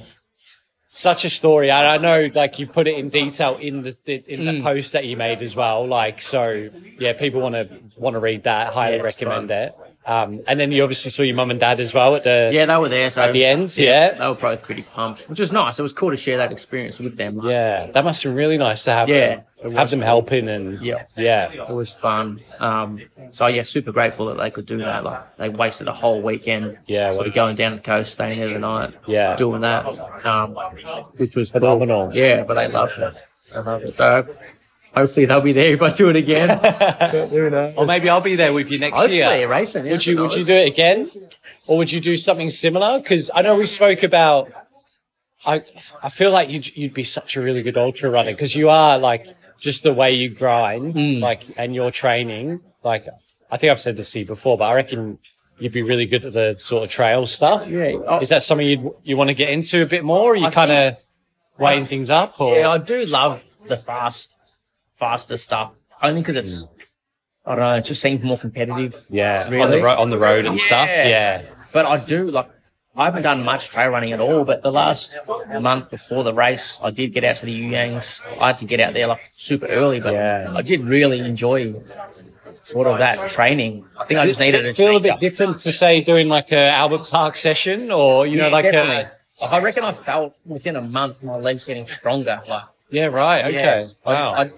Speaker 3: such a story, and I know, like, you put it in detail in the in
Speaker 2: Mm.
Speaker 3: the post that you made as well. Like, so yeah, people want to want to read that. Highly
Speaker 2: Yeah, it's
Speaker 3: recommend it. Um, and then you obviously saw your mum and dad as well at the
Speaker 2: Yeah, they were there. So
Speaker 3: at the end. Yeah,
Speaker 2: they were both pretty pumped, which is nice. It was cool to share that experience with them.
Speaker 3: yeah, that must have been really nice to have
Speaker 2: Yeah.
Speaker 3: them, have them helping and
Speaker 2: Yeah.
Speaker 3: yeah.
Speaker 2: It was fun. Um, so yeah, super grateful that they could do that. Like they wasted a whole weekend.
Speaker 3: Yeah,
Speaker 2: Sort
Speaker 3: well-
Speaker 2: of going down the coast, staying there the night.
Speaker 3: Yeah.
Speaker 2: Doing that. Um,
Speaker 3: which was phenomenal.
Speaker 2: yeah, but they loved it. I love it. So
Speaker 3: Hopefully they'll be there if I do it again. or maybe I'll be there with you next
Speaker 2: Hopefully,
Speaker 3: year.
Speaker 2: racing. Yeah,
Speaker 3: Would you
Speaker 2: who
Speaker 3: would you
Speaker 2: knows?
Speaker 3: do it again, or would you do something similar? Because I know we spoke about. I I feel like you'd you'd be such a really good ultra runner because you are like just the way you grind,
Speaker 2: Hmm.
Speaker 3: like and your training. Like I think I've said this to you before, but I reckon you'd be really good at the sort of trail stuff.
Speaker 2: Yeah, I-
Speaker 3: Is that something you you want to get into a bit more? Or you
Speaker 2: I
Speaker 3: kind of weighing things up, or
Speaker 2: Yeah, I do love the fast, faster stuff. Only because it's, I don't know, it just seems more competitive.
Speaker 3: yeah, on
Speaker 2: Really?
Speaker 3: the ro- on the road and stuff.
Speaker 2: Yeah.
Speaker 3: Yeah,
Speaker 2: But I do like. I haven't done much trail running at all, but the last month before the race, I did get out to the Yangs. I had to get out there like super early, but
Speaker 3: Yeah.
Speaker 2: I did really enjoy sort of that training. I think I just needed a
Speaker 3: Does it feel a
Speaker 2: change
Speaker 3: bit
Speaker 2: up.
Speaker 3: different to say doing like a Albert Park session or you know
Speaker 2: Yeah,
Speaker 3: like uh,
Speaker 2: definitely.
Speaker 3: a
Speaker 2: Like, I reckon I felt within a month my legs getting stronger. Like,
Speaker 3: yeah right okay
Speaker 2: yeah, I-
Speaker 3: wow
Speaker 2: I-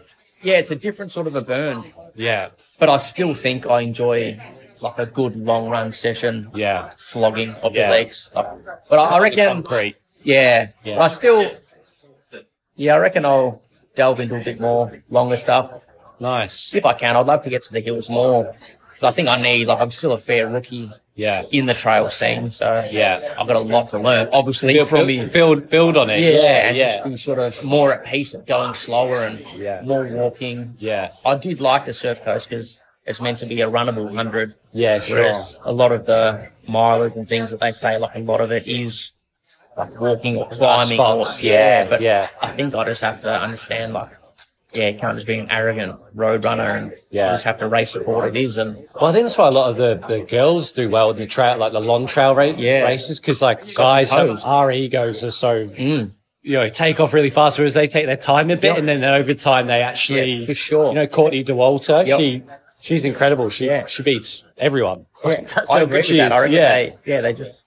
Speaker 2: yeah, it's a different sort of a burn,
Speaker 3: yeah
Speaker 2: but I still think I enjoy like a good long run session,
Speaker 3: yeah
Speaker 2: flogging of
Speaker 3: Yeah.
Speaker 2: the legs. Like, but I, I reckon
Speaker 3: concrete
Speaker 2: Yeah.
Speaker 3: Yeah.
Speaker 2: But I still, yeah, I reckon I'll delve into a bit more longer stuff.
Speaker 3: nice
Speaker 2: If I can, I'd love to get to the hills more. 'Cause I think I need, like, I'm still a fair rookie
Speaker 3: yeah
Speaker 2: in the trail scene. So
Speaker 3: Yeah.
Speaker 2: I've got a lot to learn, obviously,
Speaker 3: build,
Speaker 2: from
Speaker 3: build,
Speaker 2: me.
Speaker 3: build build on it
Speaker 2: Yeah,
Speaker 3: yeah
Speaker 2: and just
Speaker 3: yeah
Speaker 2: be sort of more at peace at going slower and
Speaker 3: Yeah.
Speaker 2: more walking.
Speaker 3: yeah
Speaker 2: I did like the surf coast because it's meant to be a runnable 100.
Speaker 3: yeah sure
Speaker 2: Whereas a lot of the milers and things that they say, like a lot of it is like walking or climbing. Or,
Speaker 3: spots, yeah,
Speaker 2: yeah, but
Speaker 3: yeah.
Speaker 2: I think I just have to understand, like, yeah, you can't just be an arrogant road runner and
Speaker 3: Yeah.
Speaker 2: you just have to race it for what it is. And
Speaker 3: well I think that's why a lot of the, the girls do well in the trail like the long trail ra-
Speaker 2: Yeah.
Speaker 3: races because like guys have,
Speaker 2: composed.
Speaker 3: our egos are so you know take off really fast whereas they take their time a bit
Speaker 2: Yeah.
Speaker 3: and then over time they actually
Speaker 2: Yeah, for sure.
Speaker 3: you know Courtney DeWalter
Speaker 2: Yep.
Speaker 3: she she's incredible she
Speaker 2: Yeah.
Speaker 3: she beats everyone
Speaker 2: yeah, I
Speaker 3: so
Speaker 2: agree with
Speaker 3: cheese,
Speaker 2: that. I reckon
Speaker 3: yeah.
Speaker 2: they, yeah, they just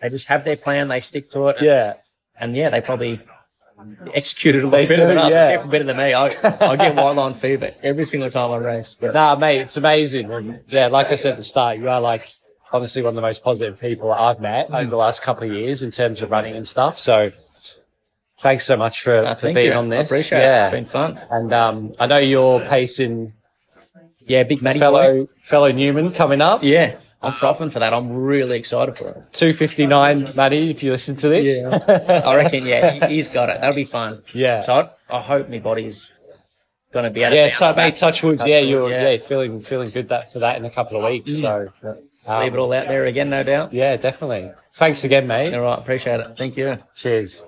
Speaker 2: they just have their plan, they stick to it,
Speaker 3: yeah.
Speaker 2: and yeah, they probably execute it a lot
Speaker 3: They
Speaker 2: better
Speaker 3: do,
Speaker 2: than us,
Speaker 3: yeah.
Speaker 2: definitely better than me. I, I get white line fever every single time I race. But
Speaker 3: Nah, mate, it's amazing. And yeah, like I said at the start, you are like honestly one of the most positive people that I've met over the last couple of years in terms of running and stuff. So thanks so much for,
Speaker 2: I
Speaker 3: for
Speaker 2: think
Speaker 3: being
Speaker 2: yeah,
Speaker 3: on
Speaker 2: I
Speaker 3: this.
Speaker 2: appreciate it.
Speaker 3: yeah.
Speaker 2: It's been fun.
Speaker 3: And um, I know you're pacing
Speaker 2: Yeah, big Matty boy.
Speaker 3: fellow fellow Newman coming up.
Speaker 2: Yeah, I'm frothing for that. I'm really excited for it.
Speaker 3: Two fifty nine, Maddie, if you listen to this.
Speaker 2: I reckon, yeah, he- he's got it. That'll be fun.
Speaker 3: Yeah.
Speaker 2: So I, I hope my body's going to be able
Speaker 3: Yeah,
Speaker 2: to bounce
Speaker 3: so
Speaker 2: back.
Speaker 3: mate, touch wood.
Speaker 2: Touch
Speaker 3: yeah,
Speaker 2: wood,
Speaker 3: you're yeah.
Speaker 2: yeah. Mm.
Speaker 3: feeling feeling good that for that in a couple of weeks. So um,
Speaker 2: Leave it all out there again, no doubt.
Speaker 3: Yeah, definitely. Thanks again, mate.
Speaker 2: All right, appreciate it. Thank you.
Speaker 3: Cheers.